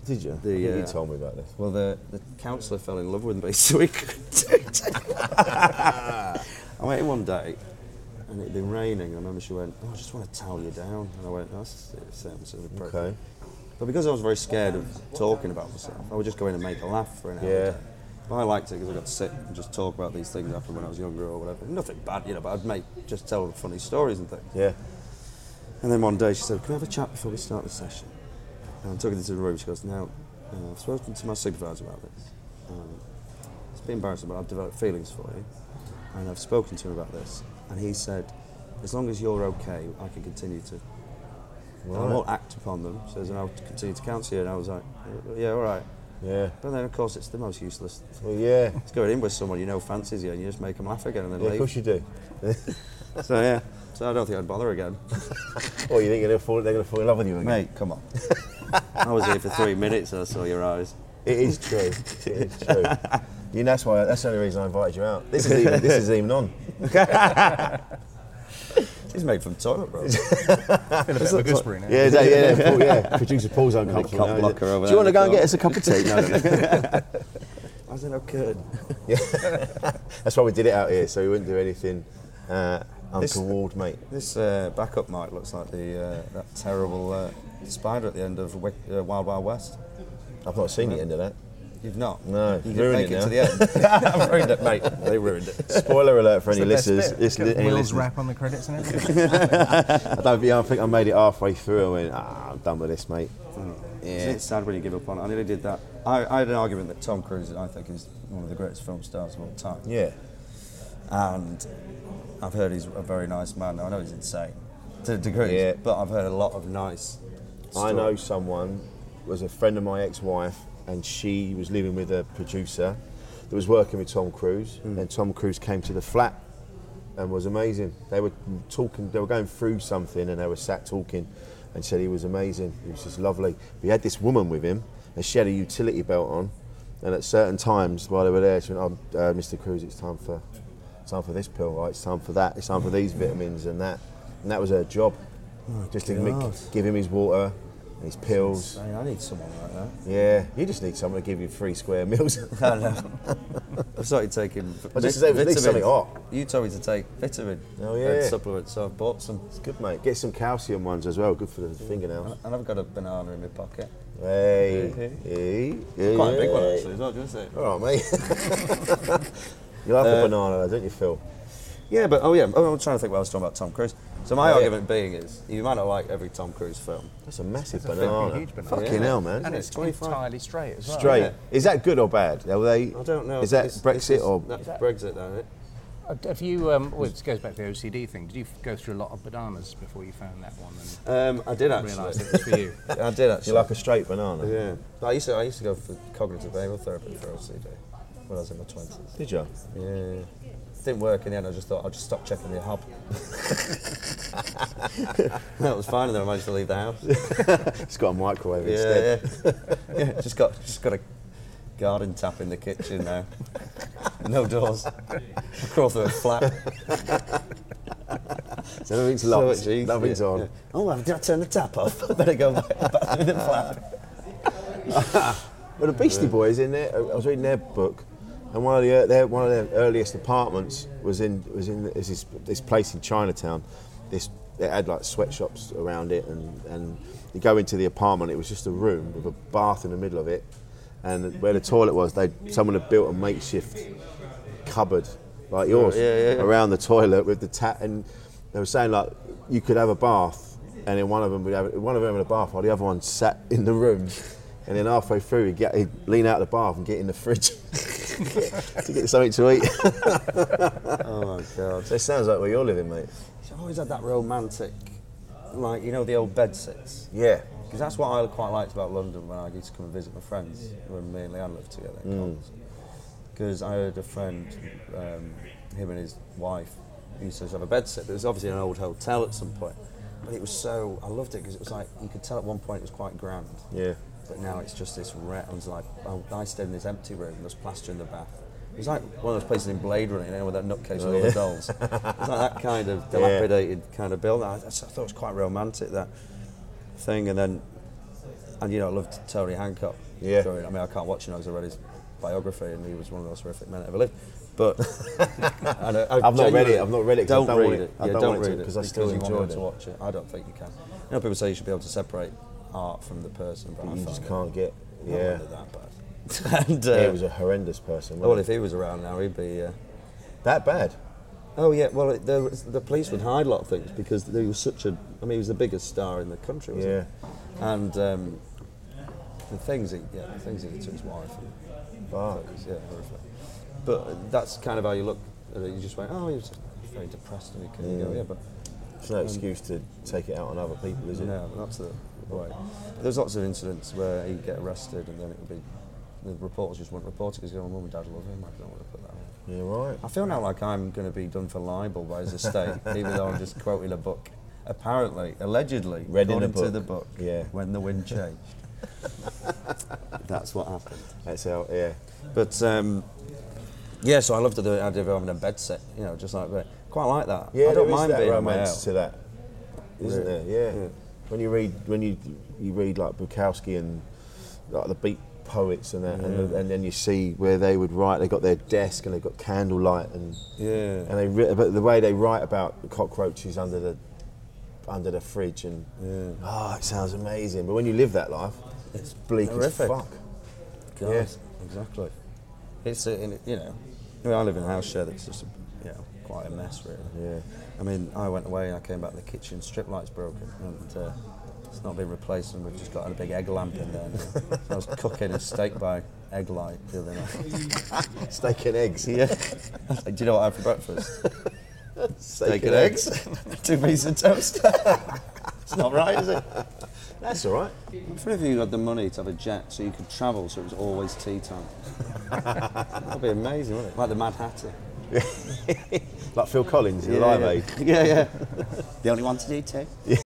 [SPEAKER 1] Did you?
[SPEAKER 3] The,
[SPEAKER 1] I think you
[SPEAKER 3] uh,
[SPEAKER 1] told me about this.
[SPEAKER 3] Well, the, the counsellor fell in love with me, so he couldn't. I went in one day, and it'd been raining. I remember she went, oh, I just want to towel you down. And I went, "Oh, that's it sounds sort of appropriate."
[SPEAKER 1] Okay.
[SPEAKER 3] But because I was very scared of talking about myself, I would just go in and make a laugh for an hour.
[SPEAKER 1] Yeah.
[SPEAKER 3] But I liked it because I got to sit and just talk about these things after when I was younger or whatever. Nothing bad, you know, but I'd make just tell funny stories and things.
[SPEAKER 1] Yeah.
[SPEAKER 3] And then one day she said, Can I have a chat before we start the session? And I took her into the room. She goes, Now, uh, I've spoken to my supervisor about this. Um, it's been embarrassing, but I've developed feelings for you. And I've spoken to him about this. And he said, As long as you're okay, I can continue to. I won't act upon them. So I'll continue to counsel you. And I was like, Yeah, all right.
[SPEAKER 1] Yeah.
[SPEAKER 3] But then, of course, it's the most useless.
[SPEAKER 1] Well, yeah.
[SPEAKER 3] It's going in with someone you know fancies you and you just make them laugh again and then
[SPEAKER 1] Yeah, of
[SPEAKER 3] leave.
[SPEAKER 1] course you do.
[SPEAKER 3] So, yeah. So I don't think I'd bother again.
[SPEAKER 1] Or Oh, you think they're gonna fall, they're going to fall in love with you again?
[SPEAKER 3] Mate, come on. I was here for three minutes and I saw your eyes.
[SPEAKER 1] It is true. It is true. You know, that's why. That's the only reason I invited you out. This is even, this is even on.
[SPEAKER 3] It's made from toilet roll.
[SPEAKER 5] I feel a bit of a gooseberry now.
[SPEAKER 1] Yeah, that, yeah, yeah, Paul, yeah. Producer Paul's
[SPEAKER 3] Cup
[SPEAKER 1] uncomfortable. now, isn't
[SPEAKER 3] blocker
[SPEAKER 1] it?
[SPEAKER 3] over
[SPEAKER 1] Do you want to
[SPEAKER 3] there.
[SPEAKER 1] go and get us a cup of tea? No, no, no.
[SPEAKER 3] I said, okay.
[SPEAKER 1] That's why we did it out here, so we wouldn't do anything. Uh, Uncle
[SPEAKER 3] This-
[SPEAKER 1] Ward, mate.
[SPEAKER 3] This uh, backup mic looks like the uh, that terrible uh, spider at the end of Wick, uh, Wild Wild West.
[SPEAKER 1] I've not seen the end of that.
[SPEAKER 3] You've not.
[SPEAKER 1] No,
[SPEAKER 3] you didn't
[SPEAKER 1] ruined
[SPEAKER 3] make
[SPEAKER 1] it
[SPEAKER 3] it,
[SPEAKER 1] now.
[SPEAKER 3] to the end. I've ruined it, mate. They ruined it.
[SPEAKER 1] Spoiler alert for any
[SPEAKER 3] It's the
[SPEAKER 1] listeners.
[SPEAKER 3] best bit.
[SPEAKER 1] It's li- any
[SPEAKER 5] Will's
[SPEAKER 1] listeners.
[SPEAKER 5] rap on the credits and everything.
[SPEAKER 1] I don't think I think I made it halfway through. I went, ah, I'm done with this, mate. Yeah.
[SPEAKER 3] It's sad when you give up on it. I nearly did that. I, I had an argument that Tom Cruise, I think, is one of the greatest film stars of all time.
[SPEAKER 1] Yeah.
[SPEAKER 3] and I've heard he's a very nice man. I know he's insane to degrees,
[SPEAKER 1] Yeah.
[SPEAKER 3] but I've heard a lot of nice.
[SPEAKER 1] I
[SPEAKER 3] stories.
[SPEAKER 1] know someone was a friend of my ex-wife, and she was living with a producer that was working with Tom Cruise, and Tom Cruise came to the flat and was amazing. They were talking, they were going through something, and they were sat talking, and said he was amazing. He was just lovely. But he had this woman with him, and she had a utility belt on, and at certain times while they were there, she went, "Oh, uh, Mr. Cruise, it's time for, it's time for this pill, right? It's time for that. It's time for these vitamins and that." And that was her job, just to
[SPEAKER 3] God.
[SPEAKER 1] make, give him his water. and His pills,
[SPEAKER 3] Man, I need someone like that.
[SPEAKER 1] yeah. You just need someone to give you free square meals.
[SPEAKER 3] I know. I've started taking. v-
[SPEAKER 1] Well, just say- at least something hot.
[SPEAKER 3] You told me to take vitamin.
[SPEAKER 1] Oh,
[SPEAKER 3] and
[SPEAKER 1] yeah.
[SPEAKER 3] supplements, so I've bought some,
[SPEAKER 1] it's good, mate. Get some calcium ones as well. Good for the fingernails.
[SPEAKER 3] and I've got a banana in my pocket.
[SPEAKER 1] Hey,
[SPEAKER 3] Hey,
[SPEAKER 1] hey,
[SPEAKER 3] Quite a big one
[SPEAKER 1] hey.
[SPEAKER 3] actually, as well. Do you want to see?
[SPEAKER 1] All right, mate. Uh, you like a banana, though, don't you, Phil?
[SPEAKER 3] Yeah, but oh yeah, oh, I'm trying to think what I was talking about Tom Cruise. So
[SPEAKER 1] Oh,
[SPEAKER 3] my
[SPEAKER 1] yeah.
[SPEAKER 3] argument being is, you might not like every Tom Cruise film.
[SPEAKER 1] That's a massive
[SPEAKER 5] a
[SPEAKER 1] banana.
[SPEAKER 5] fucking huge banana.
[SPEAKER 1] Fucking
[SPEAKER 3] Yeah.
[SPEAKER 1] hell, man.
[SPEAKER 5] and
[SPEAKER 3] it's
[SPEAKER 5] it's
[SPEAKER 3] 25.
[SPEAKER 5] entirely straight as well.
[SPEAKER 1] Straight.
[SPEAKER 3] yeah.
[SPEAKER 1] Is that good or bad? Are they?
[SPEAKER 3] I don't know.
[SPEAKER 1] Is that
[SPEAKER 3] This-
[SPEAKER 1] Brexit
[SPEAKER 3] this is-
[SPEAKER 1] or?
[SPEAKER 3] that's Brexit, though, isn't it?
[SPEAKER 5] Uh, Have you? Um, well, this goes back to the OCD thing. Did you f- go through a lot of bananas before you found that one and
[SPEAKER 3] Um, I did
[SPEAKER 5] realised
[SPEAKER 3] actually.
[SPEAKER 5] it was for you?
[SPEAKER 3] I did actually.
[SPEAKER 1] You like a straight banana?
[SPEAKER 3] Yeah, But I used to I used to go for cognitive behavioural therapy for OCD when I was in my twenties.
[SPEAKER 1] Did you?
[SPEAKER 3] Yeah, didn't work in the end. I just thought I'd just stop checking the hub. that was fine, and then I managed to leave the house. Yeah,
[SPEAKER 1] It's got a microwave
[SPEAKER 3] yeah,
[SPEAKER 1] instead.
[SPEAKER 3] yeah. Just got just got a garden tap in the kitchen now. No doors. Crawl through a flap.
[SPEAKER 1] So nothing's
[SPEAKER 3] So
[SPEAKER 1] locked.
[SPEAKER 3] much easier.
[SPEAKER 1] nothing's on.
[SPEAKER 3] Yeah. Oh, well, did I turn the tap off? I better go back, back through the flap.
[SPEAKER 1] Well, the Beastie Boys in there. I was reading their book, and one of the their, one of their earliest apartments was in was in is this this place in Chinatown. This they had like sweatshops around it, and and you go into the apartment. It was just a room with a bath in the middle of it, and where the toilet was, they someone had built a makeshift cupboard like yours
[SPEAKER 3] Yeah, yeah, yeah.
[SPEAKER 1] around the toilet with the tap, and they were saying like you could have a bath, and then one of them would have one of them in a bath while the other one sat in the room, and then halfway through he'd, get, he'd lean out of the bath and get in the fridge to get something to eat.
[SPEAKER 3] Oh my god.
[SPEAKER 1] so it sounds like where you're living, mate.
[SPEAKER 3] She's always had that romantic, like you know, the old bed sits.
[SPEAKER 1] Yeah,
[SPEAKER 3] Because that's what I quite liked about London when I used to come and visit my friends when me and Leanne lived together.
[SPEAKER 1] Mm.
[SPEAKER 3] Because I had a friend, um, him and his wife, used to have a bed sit. It was obviously an old hotel at some point, but it was so I loved it because it was like you could tell at one point it was quite grand.
[SPEAKER 1] yeah.
[SPEAKER 3] But now it's just this rat. I was like, oh, I stayed in this empty room. There's plaster in the bath. It was like one of those places in Blade Runner, you know, with that nutcase with all the dolls. It was like that kind of dilapidated kind of building. I, I thought it was quite romantic that thing. And then, and you know, I loved Tony Hancock.
[SPEAKER 1] Yeah.
[SPEAKER 3] Growing- I mean, I can't watch him because I read his biography, and he was one of the most horrific men that ever lived. But and I, I
[SPEAKER 1] I've not read it.
[SPEAKER 3] genuinely-
[SPEAKER 1] I've not read it 'cause I
[SPEAKER 3] Don't
[SPEAKER 1] don't
[SPEAKER 3] read
[SPEAKER 1] want it.
[SPEAKER 3] it.
[SPEAKER 1] I
[SPEAKER 3] Yeah,
[SPEAKER 1] don't
[SPEAKER 3] don't
[SPEAKER 1] want it to
[SPEAKER 3] read it
[SPEAKER 1] because I still
[SPEAKER 3] you want
[SPEAKER 1] enjoyed
[SPEAKER 3] them to
[SPEAKER 1] it.
[SPEAKER 3] watch it. I don't think you can. You know, people say you should be able to separate art from the person, but I
[SPEAKER 1] You
[SPEAKER 3] find
[SPEAKER 1] just
[SPEAKER 3] it-
[SPEAKER 1] can't get.
[SPEAKER 3] I don't
[SPEAKER 1] Yeah.
[SPEAKER 3] find it that bad. and uh,
[SPEAKER 1] Yeah, he was a horrendous person.
[SPEAKER 3] well,
[SPEAKER 1] Wasn't
[SPEAKER 3] if he was around now, he'd be. Uh,
[SPEAKER 1] he? That bad.
[SPEAKER 3] oh yeah, well it, there was, the police would hide a lot of things because he was such a. I mean, he was the biggest star in the country. Wasn't
[SPEAKER 1] Yeah.
[SPEAKER 3] He? And um, the things he, yeah, the things he did to his wife. And,
[SPEAKER 1] Fuck.
[SPEAKER 3] things, yeah, horrific. But that's kind of how you look. At it. You just went, oh, he was very depressed, and you can go, yeah, but.
[SPEAKER 1] It's no excuse to take it out on other people, is it?
[SPEAKER 3] No, that's the way. There's lots of incidents where he'd get arrested and then it would be the reporters just wouldn't report it because my "Oh, mum and dad love him. I don't want to put that on.
[SPEAKER 1] You're right.
[SPEAKER 3] I feel now like I'm going to be done for libel by his estate, even though I'm just quoting a book. Apparently, allegedly,
[SPEAKER 1] Read in a
[SPEAKER 3] according to
[SPEAKER 1] book.
[SPEAKER 3] the book,
[SPEAKER 1] Yeah.
[SPEAKER 3] when the wind changed. That's what happened.
[SPEAKER 1] That's how. Yeah.
[SPEAKER 3] But um, yeah, so I loved the idea of having a bed set, you know, just like that. Quite like that.
[SPEAKER 1] Yeah,
[SPEAKER 3] I
[SPEAKER 1] there
[SPEAKER 3] don't
[SPEAKER 1] is
[SPEAKER 3] mind
[SPEAKER 1] that
[SPEAKER 3] being on my
[SPEAKER 1] romance to
[SPEAKER 3] own.
[SPEAKER 1] that, isn't
[SPEAKER 3] Really?
[SPEAKER 1] there? Yeah.
[SPEAKER 3] Yeah.
[SPEAKER 1] When you read when you you read like Bukowski and like the beat poets and that, and, and then you see where they would write. They got their desk and they got candlelight and
[SPEAKER 3] Yeah.
[SPEAKER 1] and they writ- but the way they write about the cockroaches under the under the fridge and ah, oh, it sounds amazing. But when you live that life, it's bleak
[SPEAKER 3] Horrific.
[SPEAKER 1] as fuck.
[SPEAKER 3] God.
[SPEAKER 1] Yeah.
[SPEAKER 3] Exactly. It's a, in, you know, I, mean, I live in a house share that's just, a, you know, quite a mess really.
[SPEAKER 1] Yeah.
[SPEAKER 3] I mean, I went away and I came back. The kitchen strip light's broken and uh, it's not been replaced, and we've just got a big egg lamp in there. Now. I was cooking a steak by egg light the other night.
[SPEAKER 1] Steak and eggs.
[SPEAKER 3] Yeah. I was like, do you know what I had for breakfast?
[SPEAKER 1] Steak
[SPEAKER 3] and Two pieces of toast. it's not right, is it?
[SPEAKER 1] That's all right.
[SPEAKER 3] If any of you had the money to have a jet so you could travel so it was always tea time? That'd be amazing, wouldn't it? Like the Mad Hatter.
[SPEAKER 1] Like Phil Collins in
[SPEAKER 3] Yeah,
[SPEAKER 1] Live
[SPEAKER 3] yeah.
[SPEAKER 1] Aid.
[SPEAKER 3] Yeah, yeah. the only one to do tea.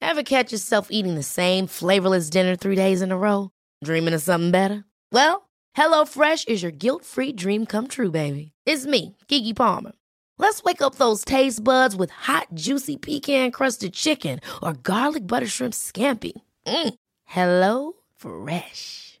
[SPEAKER 6] Ever catch yourself eating the same flavorless dinner three days in a row? Dreaming of something better? Well, HelloFresh is your guilt-free dream come true, baby. It's me, Gigi Palmer. Let's wake up those taste buds with hot, juicy pecan-crusted chicken or garlic butter shrimp scampi. Mm. Hello Fresh.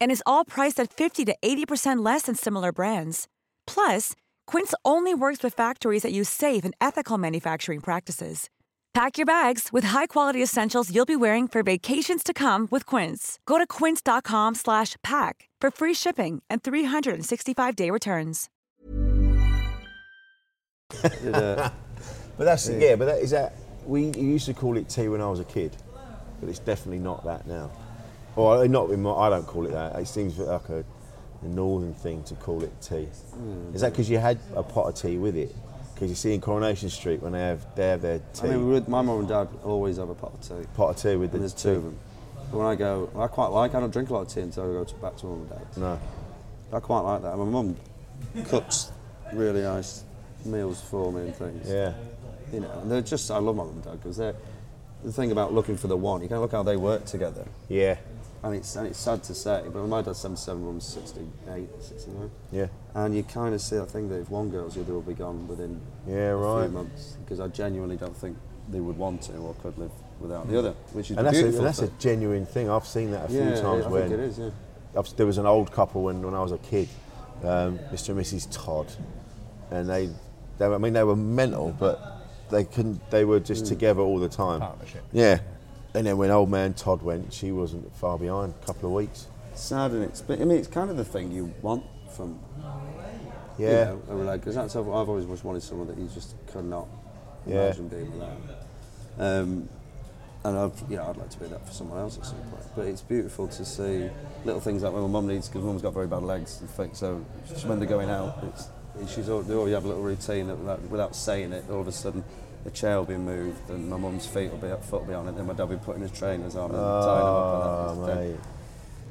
[SPEAKER 7] And is all priced at 50 to 80% less than similar brands. Plus, Quince only works with factories that use safe and ethical manufacturing practices. Pack your bags with high-quality essentials you'll be wearing for vacations to come with Quince. Go to quince.com slash pack for free shipping and 365-day returns.
[SPEAKER 1] But that's yeah. But that is that. We used to call it tea when I was a kid, but it's definitely not that now. Or uh, not in my. I don't call it that. It seems like a, a northern thing to call it tea.
[SPEAKER 3] Hmm.
[SPEAKER 1] Is that because you had a pot of tea with it? Because you see in Coronation Street when they have they have their
[SPEAKER 3] I
[SPEAKER 1] tea
[SPEAKER 3] mean, we would, my mum and dad always have a pot of tea.
[SPEAKER 1] pot of tea with the
[SPEAKER 3] And there's two of them. But when I go, I quite like. I don't drink a lot of tea until I go to, back to mum and dad's.
[SPEAKER 1] No.
[SPEAKER 3] I quite like that. My mum cooks really nice meals for me and things.
[SPEAKER 1] Yeah.
[SPEAKER 3] You know, and they're just. I love my mum and dad because they're the thing about looking for the one. You can look how they work together.
[SPEAKER 1] Yeah.
[SPEAKER 3] And it's, and it's sad to say, but my dad's 77, mum's 68, 69.
[SPEAKER 1] Yeah.
[SPEAKER 3] And you kind of see that thing that if one goes, the other will be gone within
[SPEAKER 1] Yeah,
[SPEAKER 3] a
[SPEAKER 1] right.
[SPEAKER 3] few months. Because I genuinely don't think they would want to or could live without the other, which is
[SPEAKER 1] And that's, a,
[SPEAKER 3] beautiful.
[SPEAKER 1] and that's a
[SPEAKER 3] thing.
[SPEAKER 1] genuine thing. I've seen that a few
[SPEAKER 3] yeah,
[SPEAKER 1] times
[SPEAKER 3] I
[SPEAKER 1] when
[SPEAKER 3] think it is, yeah.
[SPEAKER 1] I've- there was an old couple when, when I was a kid, um, Mr. and Mrs. Todd, and they, they were- I mean they were mental, but they couldn't. They were just together all the time.
[SPEAKER 8] Partnership.
[SPEAKER 1] Yeah. And then when old man Todd went, she wasn't far behind. A couple of weeks.
[SPEAKER 3] Sad and it's, but I mean, it's kind of the thing you want from,
[SPEAKER 1] Yeah.
[SPEAKER 3] you know, a relationship. Because that's, I've I've always just wanted someone that you just could not
[SPEAKER 1] Yeah.
[SPEAKER 3] imagine being without. Um, and I've, you know, I'd like to be that for someone else at some point. But it's beautiful to see little things like when my mum needs, because mum's got very bad legs and things, so just when they're going out, it's, she's al they already have a little routine that without, without saying it, all of a sudden the chair will be moved and my mum's feet will be up, foot will be on it, then my dad will be putting his trainers on and tying them up
[SPEAKER 1] Oh,
[SPEAKER 3] and that. kind of thing.
[SPEAKER 1] mate.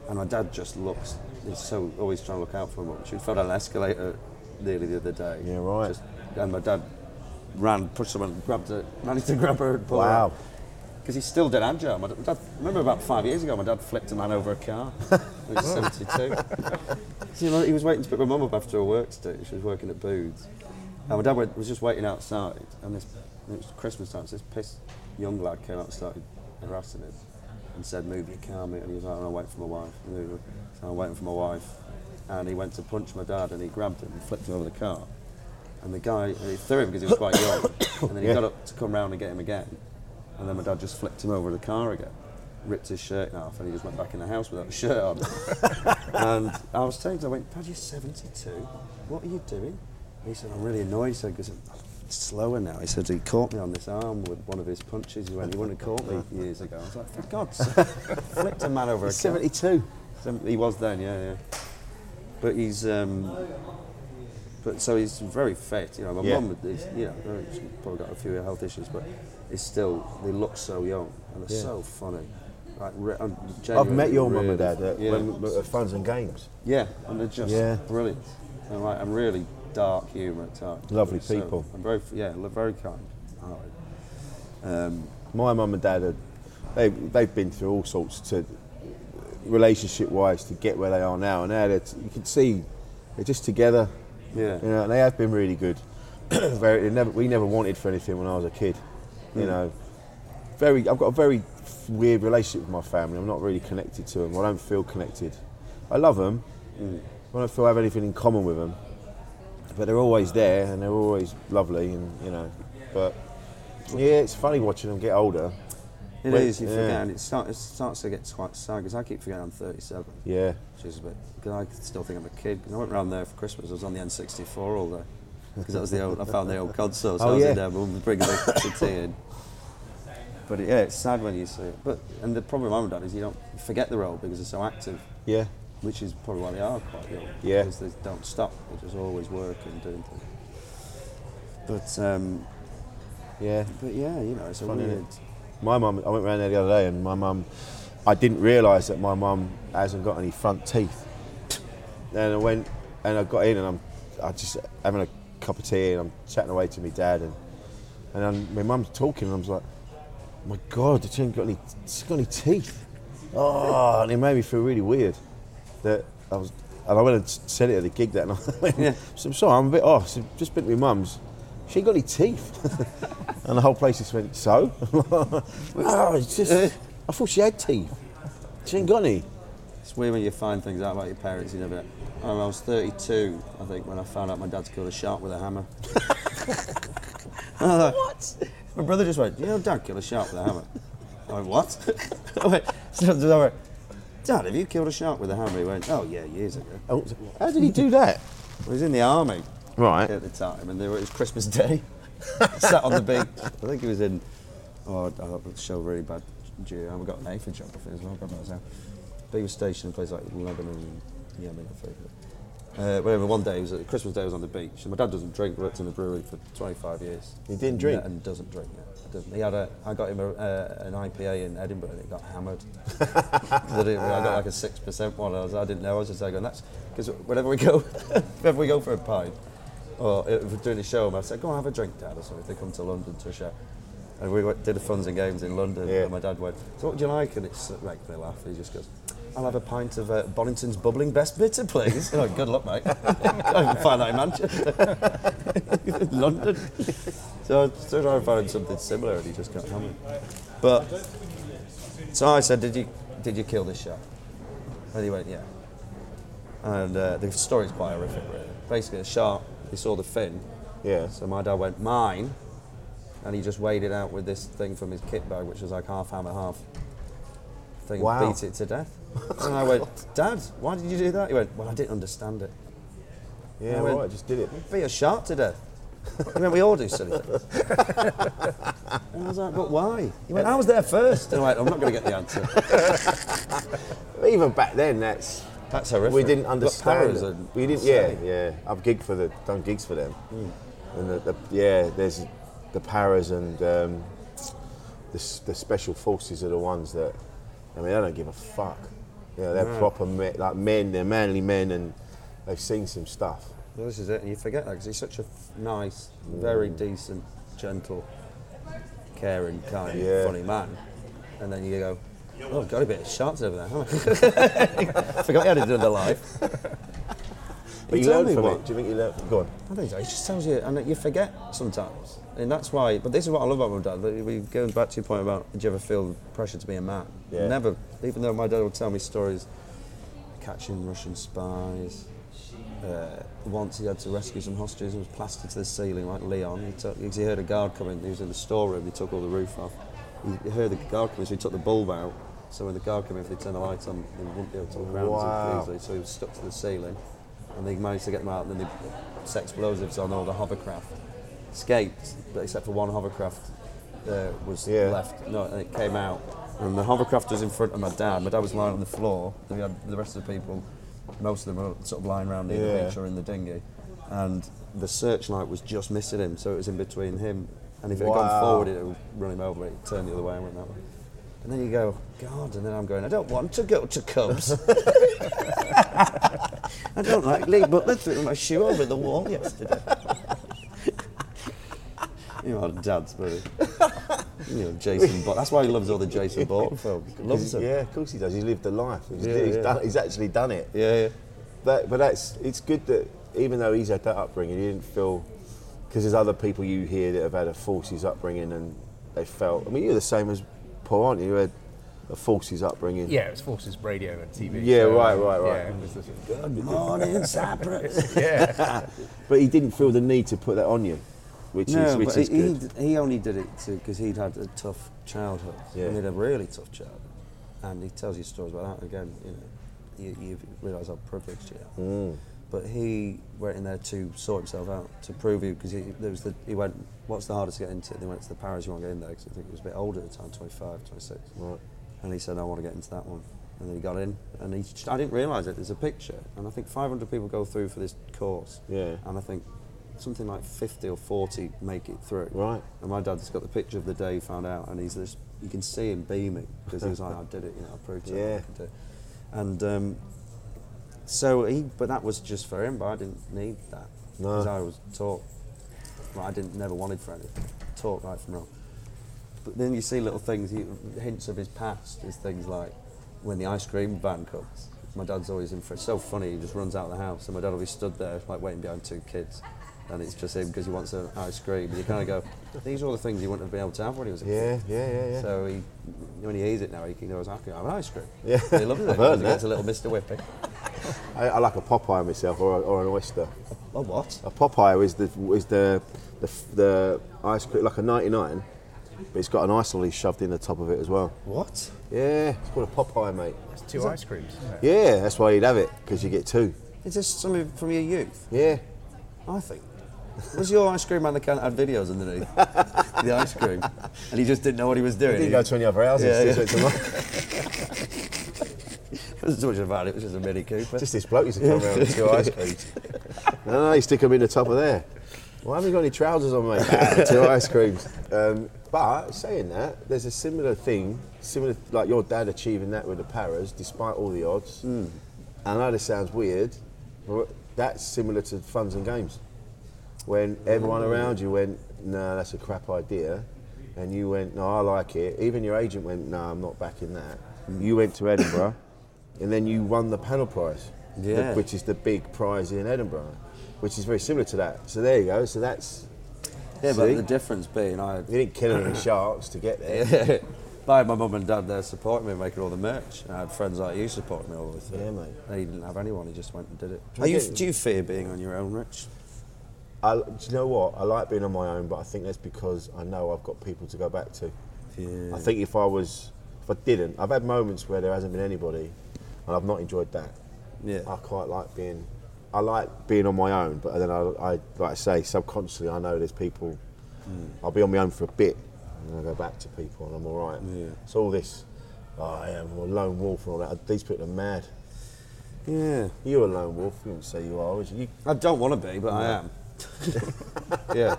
[SPEAKER 3] And my dad just looks, he's so always trying to look out for him. She fell down an escalator nearly the other day.
[SPEAKER 1] Yeah, right.
[SPEAKER 3] Just, and my dad ran, pushed someone, grabbed her, managed to grab her and pull
[SPEAKER 1] Wow.
[SPEAKER 3] Because he's still dead agile. My dad, my dad- remember about five years ago, my dad flipped a man over a car. he was 72. You know, he was waiting to pick my mum up after her work today. She was working at Booth's. And my dad went, was just waiting outside, and this, it was Christmas time, so this pissed young lad came out and started harassing him and said, Move your car, mate. And he was like, I'm waiting for my wife. And he was, so I'm waiting for my wife. And he went to punch my dad, and he grabbed him and flipped him over the car. And the guy, and he threw him because he was quite young. And then he got up to come round and get him again. And then my dad just flipped him over the car again, ripped his shirt in half, and he just went back in the house without a shirt on. and I was telling him, I went, Dad, you're 72. What are you doing? And he said, I'm really annoyed. He said, because I'm slower now. He said, he caught me on this arm with one of his punches. He went, he wouldn't have caught me years ago. I was like, for God's sake, flipped a man over a car. 72. He was then, yeah, yeah. But he's, um, But so he's very fit. You know, my
[SPEAKER 1] Yeah.
[SPEAKER 3] mum, is, you know, very- she's probably got a few health issues, but he's still. They look so young and they're
[SPEAKER 1] Yeah.
[SPEAKER 3] so funny. Like, re- I'm
[SPEAKER 1] I've
[SPEAKER 3] genuinely
[SPEAKER 1] met your mum
[SPEAKER 3] really
[SPEAKER 1] and dad
[SPEAKER 3] funny.
[SPEAKER 1] at,
[SPEAKER 3] yeah.
[SPEAKER 1] when, uh, at Funds and Games.
[SPEAKER 3] yeah, and they're just
[SPEAKER 1] Yeah.
[SPEAKER 3] brilliant. And like, and really dark humour at times.
[SPEAKER 1] Lovely
[SPEAKER 3] So,
[SPEAKER 1] people.
[SPEAKER 3] and very, yeah, they're very kind. hearted. Um,
[SPEAKER 1] my mum and dad are they they've been through all sorts to relationship wise to get where they are now, and now they're t- you can see they're just together.
[SPEAKER 3] Yeah.
[SPEAKER 1] you know, and they have been really good. very, they never, we never wanted for anything when I was a kid. You
[SPEAKER 3] Mm.
[SPEAKER 1] know, very. I've got a very f- weird relationship with my family. I'm not really connected to them. I don't feel connected. I love them. I don't feel I have anything in common with them. But they're always there, and they're always lovely, and you know. But yeah, it's funny watching them get older.
[SPEAKER 3] It is.
[SPEAKER 1] When-
[SPEAKER 3] you
[SPEAKER 1] yeah.
[SPEAKER 3] forget, and it, start, it starts to get quite sad because I keep forgetting I'm 37.
[SPEAKER 1] Yeah.
[SPEAKER 3] Which is a bit, because I still think I'm a kid. 'Cause I went round there for Christmas, I was on the N64 all day. Because that was the old, I found the old console, so
[SPEAKER 1] Oh,
[SPEAKER 3] I was
[SPEAKER 1] yeah.
[SPEAKER 3] in there, we'll bring the tea in. But yeah, it's sad when you see it. But and the problem with mum and dad is you don't you forget the role because they're so active.
[SPEAKER 1] Yeah.
[SPEAKER 3] Which is probably why they are quite young.
[SPEAKER 1] Yeah.
[SPEAKER 3] Because they don't stop. They're just always working, doing things. But um,
[SPEAKER 1] yeah.
[SPEAKER 3] But yeah, you know, it's a
[SPEAKER 1] Funny,
[SPEAKER 3] weird.
[SPEAKER 1] innit? My mum, I went round there the other day, and my mum, I didn't realise that my mum hasn't got any front teeth. And I went, and I got in, and I'm, I just having a cup of tea, and I'm chatting away to my dad, and and then my mum's talking, and I was like, my God, she ain't got any, she's got any teeth. Oh, and it made me feel really weird that I was, and I went and s- said it at the gig that night. I went, so I'm sorry, I'm a bit off. So just been to my mum's. She ain't got any teeth. And the whole place just went, so? oh, it's just, I thought she had teeth. She ain't got any.
[SPEAKER 3] It's weird when you find things out about your parents. You know, but I, remember I was 32, I think, when I found out my dad's killed a shark with a hammer. what? My brother just went, you know, dad killed a shark with a hammer. I went, what? I went, so I went, Dad, have you killed a shark with a hammer? He went, oh yeah, years ago.
[SPEAKER 1] how did he do that?
[SPEAKER 3] He was in the army.
[SPEAKER 1] Right.
[SPEAKER 3] At the time, and they were, it was Christmas Day. Sat on the beach. I think he was in, oh, I'll show really bad geo. I haven't got an A for geography as well, God knows how. But he was stationed in places like Lebanon and Yemen, I think. Uh, whatever, one day, he was at, Christmas Day, I was on the beach. And my dad doesn't drink, worked in a brewery for 25 years.
[SPEAKER 1] He didn't drink?
[SPEAKER 3] And doesn't drink, yeah. Doesn't. He had a, I got him a, uh, an IPA in Edinburgh and it got hammered. I didn't- I got like a 6% one. I, was, I didn't know, I was just like, going, that's, because whenever we go, whenever we go for a pint, or if we're uh, doing a show, I said, go and have a drink, Dad, or something, if they come to London to a show. And we went, did the funs and games in London, and my dad went, so what do you like? And it's like, they laugh, he just goes, I'll have a pint of uh, Bonington's bubbling best bitter, please. oh, good luck, mate. I can find that in Manchester. in London. So I still trying to find him something similar, and he just got hammered. But so I said, "Did you did you kill this shark?" And he went, "Yeah." And uh, the story's quite horrific, really. Basically, the shark they saw the fin.
[SPEAKER 1] Yeah.
[SPEAKER 3] So my dad went mine, and he just weighed it out with this thing from his kit bag, which was like half hammer, half thing, and
[SPEAKER 1] Wow.
[SPEAKER 3] beat it to death. and I went, "Dad, why did you do that?" He went, "Well, I didn't understand it."
[SPEAKER 1] Yeah,
[SPEAKER 3] I
[SPEAKER 1] right, just did it.
[SPEAKER 3] Beat a shark to death. I mean, we all do silly things. And I was like, but why? He went, I was there first. And I went, I'm not going to get the answer.
[SPEAKER 1] Even back then, that's
[SPEAKER 3] that's horrific.
[SPEAKER 1] We didn't
[SPEAKER 3] But
[SPEAKER 1] understand.
[SPEAKER 3] powers
[SPEAKER 1] it.
[SPEAKER 3] are
[SPEAKER 1] we didn't. Yeah,
[SPEAKER 3] insane.
[SPEAKER 1] yeah. I've gigged for the done gigs for them, and the, the, yeah, there's the paras and um, the, s- the special forces are the ones that I mean they don't give a fuck. Yeah, they're
[SPEAKER 3] No.
[SPEAKER 1] proper men, like men. They're manly men, and they've seen some stuff.
[SPEAKER 3] Well, this is it, and you forget that because he's such a f- nice, very decent, gentle, caring, kind,
[SPEAKER 1] Yeah.
[SPEAKER 3] funny man. And then you go, oh, I've got a bit of sharks over there, haven't I? Forgot he had another life.
[SPEAKER 1] But
[SPEAKER 3] He
[SPEAKER 1] you
[SPEAKER 3] told
[SPEAKER 1] learn
[SPEAKER 3] me
[SPEAKER 1] from
[SPEAKER 3] what-
[SPEAKER 1] it. Do you think you learn? Go on.
[SPEAKER 3] I think so. He just tells you, and you forget sometimes. And that's why, but this is what I love about my dad. that We going back to your point about, did you ever feel pressure to be a man?
[SPEAKER 1] Yeah.
[SPEAKER 3] Never. Even though my dad would tell me stories catching Russian spies. Uh, once he had to rescue some hostages and was plastered to the ceiling like Leon. He, took, 'cause he heard a guard coming. He was in the storeroom. They took all the roof off. He heard the guard coming, so he took the bulb out. So when the guard came in, if they turned the lights on, they wouldn't be able to look around
[SPEAKER 1] Wow.
[SPEAKER 3] so easily. So he was stuck to the ceiling. And they managed to get them out. And then they put explosives on all the hovercraft. Escaped, but except for one hovercraft uh, was
[SPEAKER 1] Yeah.
[SPEAKER 3] left. No, and it came out. And the hovercraft was in front of my dad. My dad was lying on the floor. We had the rest of the people, most of them were sort of lying around near
[SPEAKER 1] Yeah.
[SPEAKER 3] the beach or in the dinghy. and the searchlight was just missing him, so it was in between him. And if it had
[SPEAKER 9] Wow.
[SPEAKER 3] gone forward, it would run him over. It turned the other way and went that way. And then you go, God, and then I'm going, I don't want to go to Cubs. I don't like Lee Butler threw my shoe over the wall yesterday. you know, dad's very. You know, Jason Bourne. That's why he loves all the Jason Bourne films. Loves them.
[SPEAKER 1] Yeah, of course he does. He's lived the life. He's,
[SPEAKER 3] Yeah,
[SPEAKER 1] he's
[SPEAKER 3] yeah.
[SPEAKER 1] Done, he's actually done it.
[SPEAKER 3] Yeah, yeah.
[SPEAKER 1] That, but that's it's good that even though he's had that upbringing, he didn't feel because there's other people you hear that have had a forces upbringing and they felt. I mean, you're the same as Paul, aren't you? You had a forces upbringing.
[SPEAKER 5] Yeah, it's forces radio and TV.
[SPEAKER 1] Yeah,
[SPEAKER 5] so, um,
[SPEAKER 1] right, right, right.
[SPEAKER 5] yeah, it was the-
[SPEAKER 3] Good morning, Cyprus.
[SPEAKER 5] yeah.
[SPEAKER 1] but he didn't feel the need to put that on you, which
[SPEAKER 3] no,
[SPEAKER 1] is which
[SPEAKER 3] but
[SPEAKER 1] is
[SPEAKER 3] he,
[SPEAKER 1] good.
[SPEAKER 3] he he only did it because he'd had a tough childhood.
[SPEAKER 1] Yeah.
[SPEAKER 3] And he had a really tough childhood. And he tells you stories about that. Again, you know, you, you realise how privileged you are.
[SPEAKER 1] Mm.
[SPEAKER 3] But he went in there to sort himself out, to prove you, because he, there was the, he went, what's the hardest to get into? And he went to the Paris, you want to get in there, because I think he was a bit older at the time, 25, 26.
[SPEAKER 1] Right.
[SPEAKER 3] And he said, I want to get into that one. And then he got in, and he, I didn't realise it, there's a picture. And I think 500 people go through for this course.
[SPEAKER 1] Yeah.
[SPEAKER 3] And I think something like 50 or 40 make it through.
[SPEAKER 1] Right.
[SPEAKER 3] And my dad's got the picture of the day he found out, and he's just, you can see him beaming, because he was like, I did it, you know, I proved it.
[SPEAKER 1] Yeah.
[SPEAKER 3] I could do it. And um, so he, but that was just for him. But I didn't need that
[SPEAKER 1] No.
[SPEAKER 3] because I was taught. Like I didn't never wanted for anything. Taught right from wrong. But then you see little things, you, hints of his past, is things like when the ice cream van comes. My dad's always in for it's so funny. He just runs out of the house, and my dad will be stood there like waiting behind two kids. And it's just him because he wants an ice cream. And you kind of go, these are all the things he wouldn't have been able to have when he was a kid.
[SPEAKER 1] Yeah, yeah, yeah, yeah.
[SPEAKER 3] So he, when he eats it now, he can go, I can have an ice cream.
[SPEAKER 1] Yeah.
[SPEAKER 3] He loves it.
[SPEAKER 1] I've heard
[SPEAKER 3] he
[SPEAKER 1] that.
[SPEAKER 3] gets a little Mr. Whippy.
[SPEAKER 1] I, I like a Popeye myself, or, a, or an oyster.
[SPEAKER 3] A what?
[SPEAKER 1] A Popeye is the is the the, the ice cream like a 99, but it's got an ice lolly shoved in the top of it as well.
[SPEAKER 3] What?
[SPEAKER 1] Yeah, it's called a Popeye, mate.
[SPEAKER 5] It's two ice creams. isn't it?
[SPEAKER 1] Yeah, that's why you'd have it because you get two.
[SPEAKER 3] Is this something from your youth?
[SPEAKER 1] Yeah,
[SPEAKER 3] I think. Was your ice cream man the kind that had videos underneath? the ice cream. And he just didn't know what he was doing.
[SPEAKER 1] I didn't go to any other houses.
[SPEAKER 3] Yeah,
[SPEAKER 1] just,
[SPEAKER 3] yeah.
[SPEAKER 1] went to mine.
[SPEAKER 3] It wasn't so much about it, it was just a Mini Cooper.
[SPEAKER 1] Just this bloke used to come around with two ice creams. No, no, you stick them in the top of there. Why haven't you got any trousers on, mate? Ah, two ice creams. Um, but saying that, there's a similar thing, similar like your dad achieving that with the Paras, despite all the odds. And I know this sounds weird, but that's similar to funds and games. When everyone around you went, no, that's a crap idea, and you went, no, I like it. Even your agent went, no, I'm not backing that. You went to Edinburgh, and then you won the panel prize, the-
[SPEAKER 3] Yeah.
[SPEAKER 1] which is the big prize in Edinburgh, which is very similar to that. So there you go. So that's
[SPEAKER 3] yeah,
[SPEAKER 1] see?
[SPEAKER 3] but the difference being I
[SPEAKER 1] you didn't kill any sharks to get there.
[SPEAKER 3] I had my mum and dad there supporting me and making all the merch. And I had friends like you supporting me all the way through.
[SPEAKER 1] Yeah, mate.
[SPEAKER 3] And he didn't have anyone, he just went and did it.
[SPEAKER 1] Try
[SPEAKER 3] Are
[SPEAKER 1] and
[SPEAKER 3] you,
[SPEAKER 1] get it.
[SPEAKER 3] do you fear being on your own, Rich?
[SPEAKER 1] I, do you know what? I like being on my own, but I think that's because I know I've got people to go back to.
[SPEAKER 3] Yeah.
[SPEAKER 1] I think if I was, if I didn't, I've had moments where there hasn't been anybody, and I've not enjoyed that.
[SPEAKER 3] Yeah.
[SPEAKER 1] I quite like being, I like being on my own, but then I, I like I say, subconsciously I know there's people.
[SPEAKER 3] Mm.
[SPEAKER 1] I'll be on my own for a bit, and then I go back to people, and I'm all right.
[SPEAKER 3] Yeah.
[SPEAKER 1] It's all this. "Oh, I am a lone wolf and all that. These people are mad.
[SPEAKER 3] Yeah.
[SPEAKER 1] You're a lone wolf. You wouldn't say you are, would you? You-
[SPEAKER 3] I don't want to be, but I am. yeah.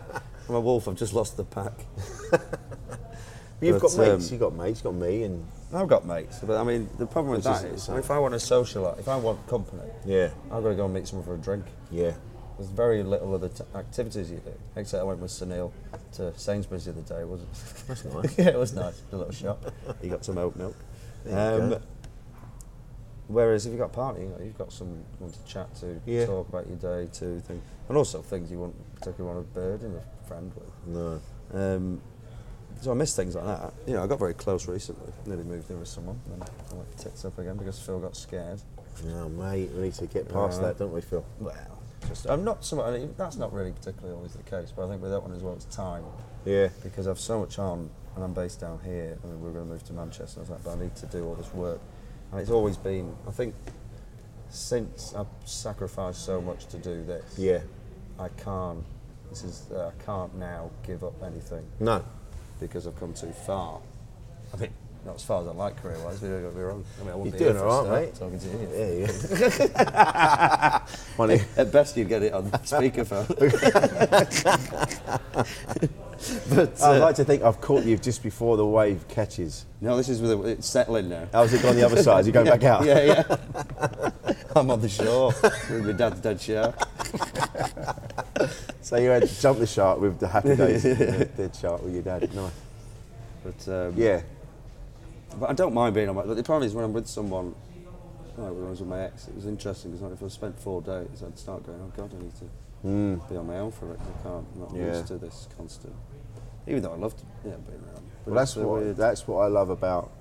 [SPEAKER 3] I'm a wolf, I've just lost the pack.
[SPEAKER 1] You've
[SPEAKER 3] But,
[SPEAKER 1] got mates.
[SPEAKER 3] um,
[SPEAKER 1] you've got mates. You've got me, and
[SPEAKER 3] I've got mates, but I mean, the problem with
[SPEAKER 1] Which
[SPEAKER 3] that
[SPEAKER 1] isn't the
[SPEAKER 3] is,
[SPEAKER 1] same.
[SPEAKER 3] if I want to socialise, if I want company,
[SPEAKER 1] yeah,
[SPEAKER 3] I've got to go and meet someone for a drink.
[SPEAKER 1] yeah.
[SPEAKER 3] There's very little other t- activities you do. Except I went with Sunil to Sainsbury's the other day. It was
[SPEAKER 1] That's nice.
[SPEAKER 3] yeah, it was nice. A little shop. He got some oat milk. Um,
[SPEAKER 1] There you go.
[SPEAKER 3] whereas if you've got a party, you know, you've got someone to chat to,
[SPEAKER 1] Yeah.
[SPEAKER 3] talk about your day to, thing, and also things you wouldn't particularly want to burden a friend with.
[SPEAKER 1] No.
[SPEAKER 3] Um, so I miss things like that. You know, I got very close recently. Nearly moved in with someone, and I went tits up again because Phil got scared.
[SPEAKER 1] No, Oh, mate, we need to get past
[SPEAKER 3] Uh,
[SPEAKER 1] that, don't we, Phil?
[SPEAKER 3] Well, just I'm not so. I mean, that's not really particularly always the case, but I think with that one as well, it's time
[SPEAKER 1] Yeah.
[SPEAKER 3] because I've so much on, and I'm based down here, and we're going to move to Manchester. And I was like, but I need to do all this work, and it's always been. I think since I've sacrificed so much to do this,
[SPEAKER 1] Yeah.
[SPEAKER 3] I can't. This is uh, I can't now give up anything
[SPEAKER 1] No.
[SPEAKER 3] because I've come too far. I mean, Not as far as I like career wise, we don't get me wrong. I mean, I wouldn't
[SPEAKER 1] You're
[SPEAKER 3] be here
[SPEAKER 1] doing
[SPEAKER 3] for
[SPEAKER 1] all
[SPEAKER 3] a
[SPEAKER 1] right,
[SPEAKER 3] start
[SPEAKER 1] mate.
[SPEAKER 3] Talking to you.
[SPEAKER 1] Yeah, yeah.
[SPEAKER 3] At best, you'd get it on speakerphone.
[SPEAKER 1] but
[SPEAKER 3] uh,
[SPEAKER 1] I'd like to think I've caught you just before the wave catches.
[SPEAKER 3] No, this is with a, it's settling now.
[SPEAKER 1] How's it gone the other side? Is it going
[SPEAKER 3] Yeah,
[SPEAKER 1] back out?
[SPEAKER 3] Yeah, yeah. I'm on the shore with my dad's dead shark.
[SPEAKER 1] so you had to jump the shark with the happy days,
[SPEAKER 3] Yeah.
[SPEAKER 1] the dead shark with your dad. Nice.
[SPEAKER 3] But um,
[SPEAKER 1] Yeah.
[SPEAKER 3] But I don't mind being on my. But the problem is when I'm with someone. Like when I was with my ex, it was interesting because if I spent four days, I'd start going, "Oh God, I need to
[SPEAKER 1] Mm.
[SPEAKER 3] be on my own for it. I can't. I'm not
[SPEAKER 1] Yeah.
[SPEAKER 3] used to this constant." Even though I loved, yeah, being around.
[SPEAKER 1] Well, that's
[SPEAKER 3] it's a
[SPEAKER 1] what
[SPEAKER 3] weird-
[SPEAKER 1] that's what I love about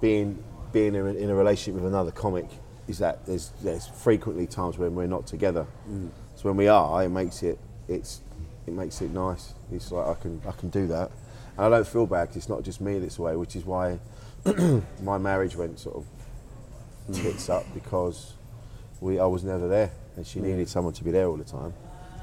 [SPEAKER 1] being being in a, in a relationship with another comic is that there's there's frequently times when we're not together.
[SPEAKER 3] Mm.
[SPEAKER 1] So when we are, it makes it it's it makes it nice. It's like I can I can do that, and I don't feel bad 'cause it's not just me this way, which is why my marriage went sort of
[SPEAKER 3] Mm.
[SPEAKER 1] tits up because we I was never there, and she
[SPEAKER 3] Mm.
[SPEAKER 1] needed someone to be there all the time,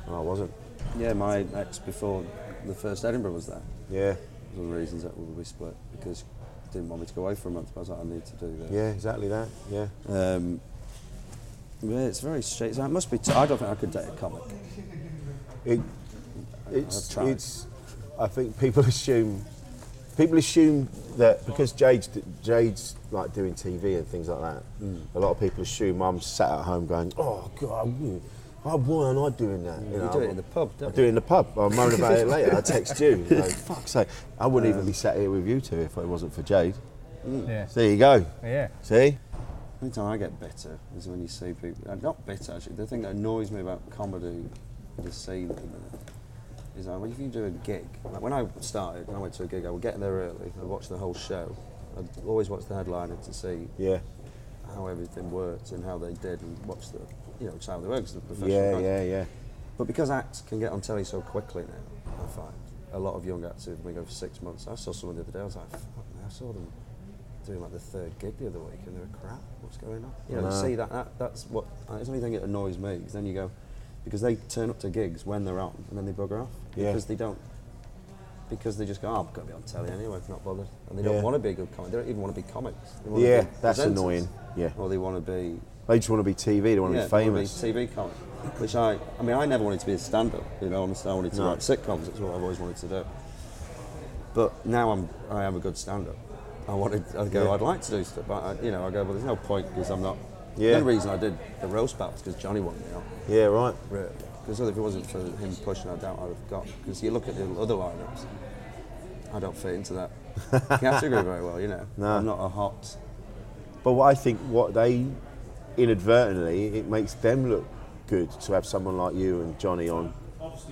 [SPEAKER 1] and I wasn't.
[SPEAKER 3] Yeah, my ex before the first Edinburgh was there.
[SPEAKER 1] Yeah.
[SPEAKER 3] One of the reasons that we split because she didn't want me to go away for a month. But I was like, I need to do this.
[SPEAKER 1] Yeah, exactly that. Yeah.
[SPEAKER 3] Um, yeah, it's very straight. so It must be. T- I don't think I could date a comic.
[SPEAKER 1] It, it's,
[SPEAKER 3] tried.
[SPEAKER 1] it's. I think people assume. People assume that because Jade's d- Jade's like doing TV and things like that,
[SPEAKER 3] Mm.
[SPEAKER 1] a lot of people assume I'm sat at home going, "Oh God, I, why am I doing that?"
[SPEAKER 3] You do it in the pub,
[SPEAKER 1] I
[SPEAKER 3] don't
[SPEAKER 1] do
[SPEAKER 3] you?
[SPEAKER 1] it in the pub. I'll moan about it later. I text you. you know, Fuck's sake, I wouldn't even
[SPEAKER 3] Um,
[SPEAKER 1] be sat here with you two if it wasn't for Jade.
[SPEAKER 3] Mm.
[SPEAKER 5] Yeah.
[SPEAKER 1] So there you go.
[SPEAKER 5] Yeah.
[SPEAKER 1] See.
[SPEAKER 3] The only time I get bitter is when you see people. uh, Not bitter, actually. The thing that annoys me about comedy, the scene at the minute, is like, well, if you do a gig. Like when I started, I went to a gig, I would get there early, I'd watch the whole show. I'd always watch the headliner to see
[SPEAKER 1] Yeah.
[SPEAKER 3] how everything worked and how they did and watch the, you know, just how they work 'cause the professional
[SPEAKER 1] Yeah.
[SPEAKER 3] guys.
[SPEAKER 1] Yeah. Yeah.
[SPEAKER 3] But because acts can get on telly so quickly now, I find a lot of young acts who've been going for six months. I saw someone the other day. I was like, Fuck, man, I saw them doing like the third gig the other week, and they were crap. What's going on? You know,
[SPEAKER 1] Wow.
[SPEAKER 3] you see that, that. That's what. That's the only thing that annoys me. 'cause then you go, because they turn up to gigs when they're on, and then they bugger off
[SPEAKER 1] Yeah.
[SPEAKER 3] because they don't. Because they just go, oh, I've got to be on telly anyway, not bothered. And they
[SPEAKER 1] Yeah.
[SPEAKER 3] don't want to be a good comic. They don't even want to be comics. They wanna
[SPEAKER 1] Yeah.
[SPEAKER 3] be
[SPEAKER 1] That's
[SPEAKER 3] presenters.
[SPEAKER 1] annoying. Yeah.
[SPEAKER 3] Or they want to be
[SPEAKER 1] They just want to be TV. They want to
[SPEAKER 3] yeah,
[SPEAKER 1] be
[SPEAKER 3] I wanna
[SPEAKER 1] famous.
[SPEAKER 3] TV comic, which I, I mean, I never wanted to be a stand-up. You know, honestly, I wanted to
[SPEAKER 1] No.
[SPEAKER 3] write sitcoms. That's what I've always wanted to do. But now I'm, I am a good stand-up. I wanted, I go,
[SPEAKER 1] Yeah.
[SPEAKER 3] I'd like to do stuff, but I, you know, I go, well, there's no point because I'm not.
[SPEAKER 1] Yeah.
[SPEAKER 3] The only reason I did the roast battle is because Johnny wanted me on.
[SPEAKER 1] Yeah. Right.
[SPEAKER 3] Really? Because if it wasn't for him pushing, I doubt I'd have got. Because you look at the other lineups, I don't fit into that category very well. You know,
[SPEAKER 1] No.
[SPEAKER 3] I'm not a hot.
[SPEAKER 1] But what I think what they inadvertently it makes them look good to have someone like you and Johnny on.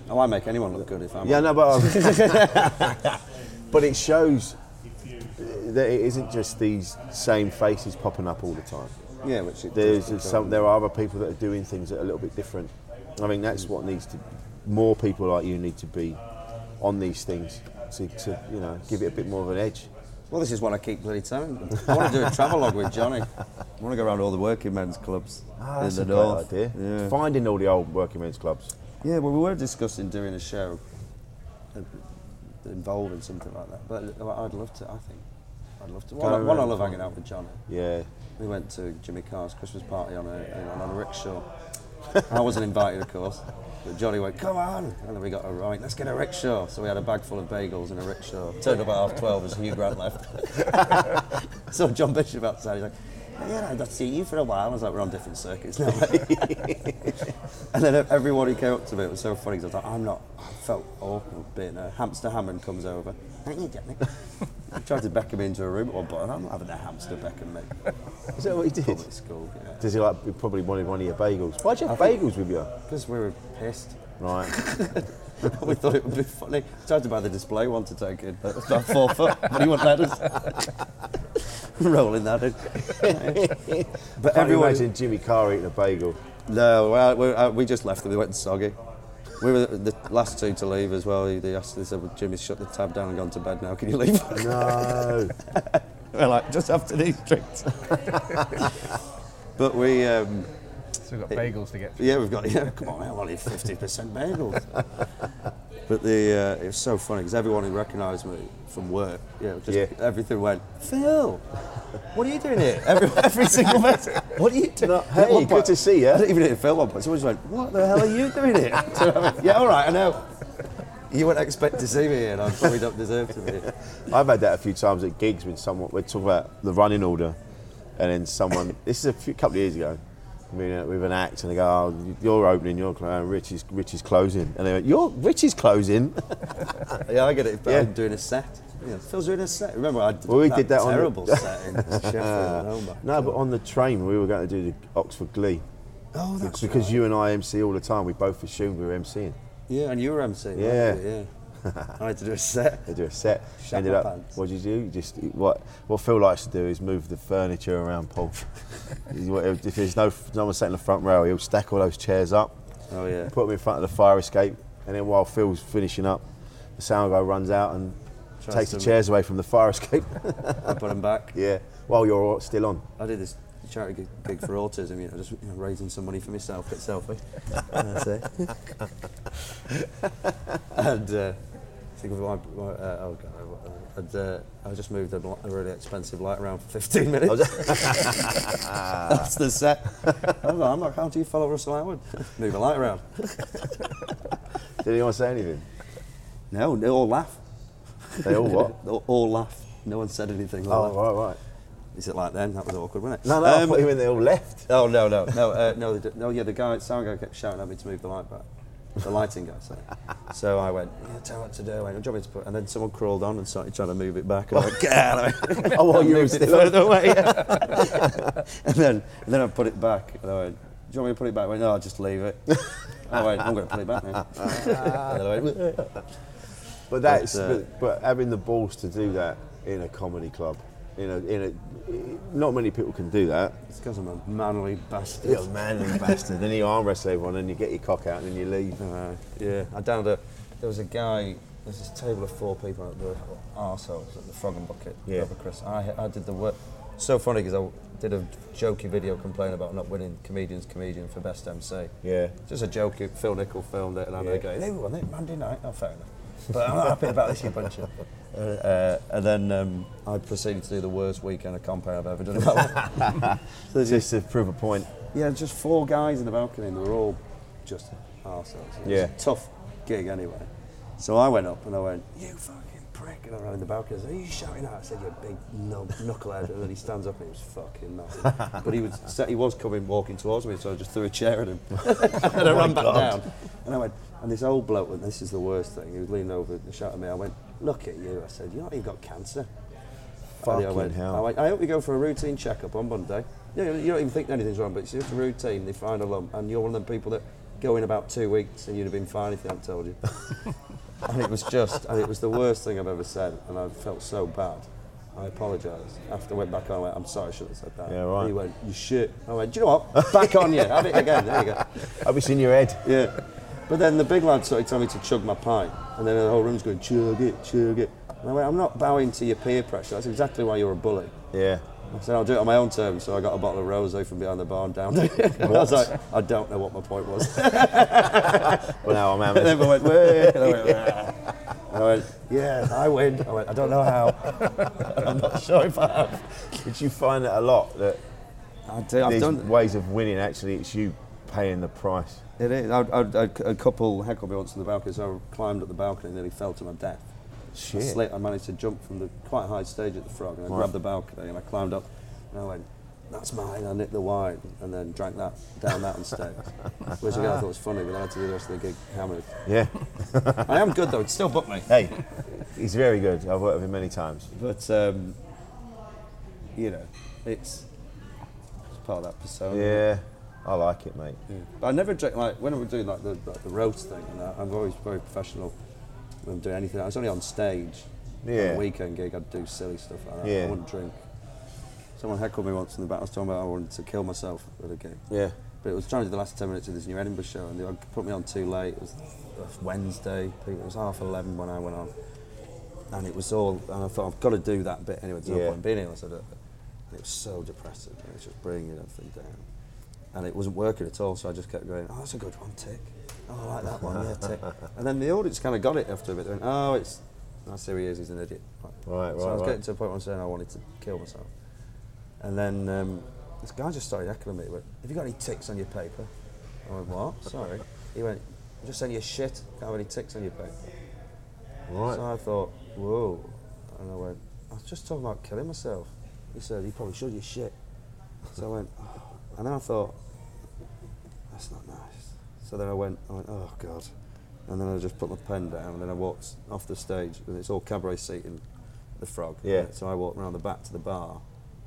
[SPEAKER 3] Oh, I make anyone look good if I'm.
[SPEAKER 1] Yeah,
[SPEAKER 3] on.
[SPEAKER 1] no, but but it shows that it isn't just these same faces popping up all the time.
[SPEAKER 3] Yeah, which it
[SPEAKER 1] There's
[SPEAKER 3] does become.
[SPEAKER 1] some. There are other people that are doing things that are a little bit different. I think that's what needs to. More people like you need to be on these things to, to you know give it a bit more of an edge.
[SPEAKER 3] Well, this is what I keep bloody telling them. I want to do a travelogue with Johnny. I want to go around all the working men's clubs
[SPEAKER 1] Ah,
[SPEAKER 3] in
[SPEAKER 1] that's
[SPEAKER 3] the
[SPEAKER 1] a great
[SPEAKER 3] north.
[SPEAKER 1] idea.
[SPEAKER 3] Yeah.
[SPEAKER 1] Finding all the old working men's clubs.
[SPEAKER 3] yeah, well, we were discussing doing a show uh, involved in something like that. But I- I'd love to, I think. I'd love to. One, I- one I
[SPEAKER 1] around.
[SPEAKER 3] love hanging out with Johnny.
[SPEAKER 1] Yeah.
[SPEAKER 3] We went to Jimmy Carr's Christmas party on a, on a rickshaw. I wasn't invited, of course. But Johnny went, come on! And then we got a right, let's get a rickshaw. So we had a bag full of bagels and a rickshaw. Turned up at half 12 as Hugh Grant left. so John Bishop outside, he's like, "Oh, yeah, I've not seen you for a while. I was like, we're on different circuits now. and then everyone who came up to me, it was so funny because I was like, I'm not, I felt awkward being there. Hamster Hammond comes over. Thank you, Johnny. He tried to beckon me into a room at one point, and I'm not having a hamster beckon me.
[SPEAKER 1] Is that what he did?
[SPEAKER 3] Public school, yeah.
[SPEAKER 1] Does he like he probably wanted one of your bagels? Why'd you have
[SPEAKER 3] I think-
[SPEAKER 1] bagels with you?
[SPEAKER 3] Because we were pissed.
[SPEAKER 1] Right.
[SPEAKER 3] we thought it would be funny. Tried to buy the display one to take in. That was about four foot, but he wouldn't let us. Rolling that in.
[SPEAKER 1] but
[SPEAKER 3] But
[SPEAKER 1] Can't
[SPEAKER 3] everyone-
[SPEAKER 1] imagine Jimmy Carr eating a bagel.
[SPEAKER 3] No, well, we, uh, we just left them. They went to Soggy. We were the last two to leave as well. They asked, they said, well, Jimmy's shut the tab down and gone to bed now. Can you leave?
[SPEAKER 1] No.
[SPEAKER 3] we're like, just after these drinks. but we, um,
[SPEAKER 5] So we've got bagels to get through.
[SPEAKER 3] yeah, we've got, yeah, come on, I want 50% bagels. But the uh, it was so funny because everyone who recognised me from work, you know, just
[SPEAKER 9] Yeah.
[SPEAKER 3] everything went. Phil, what are you doing here? Every, every single message. What are you doing?
[SPEAKER 1] hey, good to see you.
[SPEAKER 3] I didn't even hit Phil one point. Someone's like, what the hell are you doing here? So I went, yeah, all right, I know. You wouldn't expect to see me here, and I probably don't deserve to be here.
[SPEAKER 1] I've had that a few times at gigs when someone we talk about the running order, and then someone. this is a few, couple of years ago. I mean, uh, with an act, and they go, "Oh, you're opening, you're closing. Rich is Rich is closing," and they went, "You're Rich is closing."
[SPEAKER 3] Yeah, I get it. But
[SPEAKER 1] Yeah.
[SPEAKER 3] I'm doing a set. Yeah, Phil's doing a set. Remember, I did,
[SPEAKER 1] well, we did that on the-
[SPEAKER 3] terrible set in Sheffield. and Hobart.
[SPEAKER 1] Uh, no, but on the train we were going to do the Oxford Glee.
[SPEAKER 3] Oh, that's
[SPEAKER 1] because
[SPEAKER 3] right.
[SPEAKER 1] you and I MC all the time. We both assumed we were MCing.
[SPEAKER 3] Yeah, and you were MC. weren't
[SPEAKER 1] Yeah.
[SPEAKER 3] you? yeah. I had to do a set.
[SPEAKER 1] They do a set.
[SPEAKER 3] Shut
[SPEAKER 1] ended
[SPEAKER 3] my
[SPEAKER 1] up.
[SPEAKER 3] pants.
[SPEAKER 1] What did you do? You Just what? What Phil likes to do is move the furniture around. Paul. He's what- if there's no no one sat in the front row, he'll stack all those chairs up.
[SPEAKER 3] Oh yeah.
[SPEAKER 1] Put them in front of the fire escape, and then while Phil's finishing up, the sound guy runs out and
[SPEAKER 3] Tries
[SPEAKER 1] takes the
[SPEAKER 3] to-
[SPEAKER 1] chairs away from the fire escape.
[SPEAKER 3] I put him back.
[SPEAKER 1] yeah. While you're still on.
[SPEAKER 3] I did this charity gig- gig for autism, you know, just you know, raising some money for myself, bit selfish. That's it. and uh, I think of my, my uh, oh god, I- I- I'd, uh, I just moved a, bl- a really expensive light around for 15
[SPEAKER 1] Oh,
[SPEAKER 3] minutes. That's the set. I'm like, I'm like, how do you follow Russell Howard? Move a light around.
[SPEAKER 1] Did anyone say anything?
[SPEAKER 3] No, they all laugh.
[SPEAKER 1] They all what?
[SPEAKER 3] all, all laugh. No one said anything. they
[SPEAKER 1] oh
[SPEAKER 3] laughed.
[SPEAKER 1] right, right.
[SPEAKER 3] Is it like then? That was awkward, wasn't it?
[SPEAKER 1] No, no. I
[SPEAKER 3] Um,
[SPEAKER 1] thought you meant they all left.
[SPEAKER 3] Oh no no no uh, no they did- no yeah the guy sound guy kept shouting at me to move the light back, the lighting guy. Sorry. So I went yeah tell me what to do. I went, "What do you want me to put and then someone crawled on and started trying to move it back and I went get out of it.
[SPEAKER 1] Oh, well, you were
[SPEAKER 3] Moved it
[SPEAKER 1] still on.
[SPEAKER 3] further away. and then and then I put it back and I went do you want me to put it back? I went no I'll just leave it. I went I'm going to put it back now. and then I went,
[SPEAKER 1] But that's
[SPEAKER 3] But,
[SPEAKER 1] but,
[SPEAKER 3] uh,
[SPEAKER 1] but having the balls to do that in a comedy club, in a in a not many people can do that.
[SPEAKER 3] it's because I'm a manly bastard.
[SPEAKER 1] You're a manly bastard. Then you arm wrestle everyone, and you get your cock out, and then you leave.
[SPEAKER 3] Uh, yeah, I downed a. There was a guy. There's this table of four people at the arseholes at the Frog and Bucket.
[SPEAKER 1] Yeah.
[SPEAKER 3] over Chris. I, I did the work. So funny because I did a jokey video complaining about not winning comedians comedian for best MC.
[SPEAKER 1] Yeah.
[SPEAKER 3] Just a joke. Phil Nichol filmed it, and I
[SPEAKER 1] Yeah.
[SPEAKER 3] yeah. go, "They won it Monday night." Oh, fair enough. But I'm not happy about this, you bunch of. Uh, uh, and then um, I proceeded to do the worst weekend of compare I've ever done in my life.
[SPEAKER 1] So just to prove a point.
[SPEAKER 3] Yeah, just four guys in the balcony, and they were all just arseholes. It was
[SPEAKER 1] Yeah.
[SPEAKER 3] a tough gig anyway. So I went up and I went, You fucking prick. And I ran in the balcony. I said, Are you shouting out? I said, You big knob- knucklehead. And then he stands up and he was fucking knackered. but he was, so he was coming, walking towards me, so I just threw a chair at him. and I ran back down. And I went, And this old bloke, and this is the worst thing, he was leaning over and shouting at me. I went, Look at you. I said, You're not even got cancer. And I
[SPEAKER 1] Fucking
[SPEAKER 3] went,
[SPEAKER 1] hell.
[SPEAKER 3] I, went, I hope you go for a routine checkup on Monday. You, know, you don't even think anything's wrong, but it's just a routine. They find a lump, and you're one of them people that go in about two weeks, and you'd have been fine if they hadn't told you. and it was just, and it was the worst thing I've ever said, and I felt so bad. I apologised. After I went back on, I went, I'm sorry, I shouldn't have said that.
[SPEAKER 1] Yeah, right.
[SPEAKER 3] He went, you shit. I went, do you know what? Back on you. Have it again. There you go.
[SPEAKER 1] I was in your head.
[SPEAKER 3] Yeah. But then the big lad started telling me to chug my pint, and then the whole room's going, chug it, chug it. And I went, I'm not bowing to your peer pressure. That's exactly why you're a bully.
[SPEAKER 1] Yeah.
[SPEAKER 3] I said, I'll do it on my own terms. So I got a bottle of rosé from behind the bar and down it. I was like, I don't know what my point was.
[SPEAKER 1] Well, now I'm
[SPEAKER 3] and
[SPEAKER 1] hammered.
[SPEAKER 3] everyone went, "Wah," and I went, "Wah." And I went, yeah, I win. I went, I don't know how. I'm not sure if I have.
[SPEAKER 1] Did you find that a lot that
[SPEAKER 3] I do, I've
[SPEAKER 1] these
[SPEAKER 3] done.
[SPEAKER 1] ways of winning actually it's you paying the price?
[SPEAKER 3] It is. I, I, I, a couple heckled me once on the balcony, so I climbed up the balcony and nearly fell to my death. I
[SPEAKER 1] Shit.
[SPEAKER 3] slipped. I managed to jump from the quite high stage at the Frog, and I grabbed the balcony and I climbed up, and I went, "That's mine." I nicked the wine and then drank that down that instead, which again I thought was funny, but I had to do the rest of the gig hammered.
[SPEAKER 1] Yeah.
[SPEAKER 3] I am good though; it's still booked me.
[SPEAKER 1] hey, he's very good. I've worked with him many times.
[SPEAKER 3] But um, you know, it's, it's part of that persona.
[SPEAKER 1] Yeah. I like it, mate.
[SPEAKER 3] But I never drink like when I was doing like the like the roast thing, and I, I'm always very professional when I'm doing anything. I was only on stage. On
[SPEAKER 1] Yeah.
[SPEAKER 3] a weekend gig, I'd do silly stuff like that.
[SPEAKER 1] Yeah.
[SPEAKER 3] I wouldn't drink. Someone heckled me once in the back. I was talking about I wanted to kill myself at a gig.
[SPEAKER 1] Yeah.
[SPEAKER 3] But it was trying to do the last 10 minutes of this new Edinburgh show, and they put me on too late. It was Wednesday, people- it was half 11 when I went on. And it was all, and I thought, I've got to do that bit anyway, there's no
[SPEAKER 1] Yeah.
[SPEAKER 3] point in being here. So I did it. And it was so depressing, and it was just bringing everything down. and it wasn't working at all. So I just kept going, oh, that's a good one, tick. Oh, I like that one, yeah, tick. and then the audience kind of got it after a bit. They went, oh, it's, that's who he is, he's an idiot. Right,
[SPEAKER 1] Right,
[SPEAKER 3] So I
[SPEAKER 1] right,
[SPEAKER 3] was
[SPEAKER 1] right.
[SPEAKER 3] getting to a point where I'm saying I wanted to kill myself. And then um, this guy just started heckling me. He went, have you got any ticks on your paper? I went, what? Sorry. He went, I'm just saying you're shit, can't have any ticks on your paper.
[SPEAKER 1] Right.
[SPEAKER 3] So I thought, whoa. And I went, I was just talking about killing myself. He said, you probably should, you shit. So I went, "Oh." and then I thought, that's not nice. So then I went, I went, oh God. And then I just put my pen down and then I walked off the stage and it's all cabaret seating the frog.
[SPEAKER 1] Yeah.
[SPEAKER 3] So I walked round the back to the bar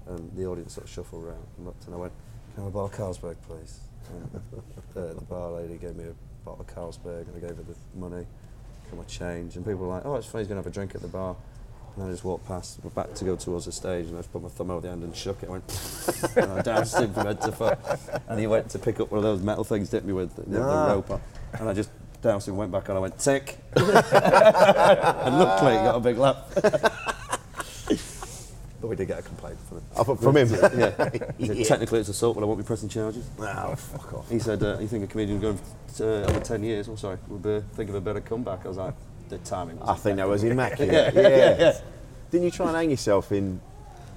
[SPEAKER 3] and the audience sort of shuffled round and looked and I went, can I have a bottle of Carlsberg please? And the, the bar lady gave me a bottle of Carlsberg and I gave her the money, got my change and people were like, oh, it's funny, he's going to have a drink at the bar. And I just walked past, went back to go towards the stage, and I just put my thumb over the end and shook it. I went, and I doused him from head to foot. And he went to pick up one of those metal things, hit me with the, the
[SPEAKER 1] Ah.
[SPEAKER 3] rope, on. and I just doused him, went back, and I went tick. and luckily, he got a big laugh. but we did get a complaint from him.
[SPEAKER 1] Oh, from- from him?
[SPEAKER 3] yeah. He said,
[SPEAKER 1] Yeah.
[SPEAKER 3] Technically, it's assault, but I won't be pressing charges.
[SPEAKER 1] Oh, fuck off.
[SPEAKER 3] He said, uh, "You think a comedian going uh, over ten years? Oh, sorry, would uh, think of a better comeback." I was like, "The timing." Was
[SPEAKER 1] I think that was immaculate.
[SPEAKER 3] yeah, yeah, yeah, yeah.
[SPEAKER 1] Didn't you try and hang yourself in?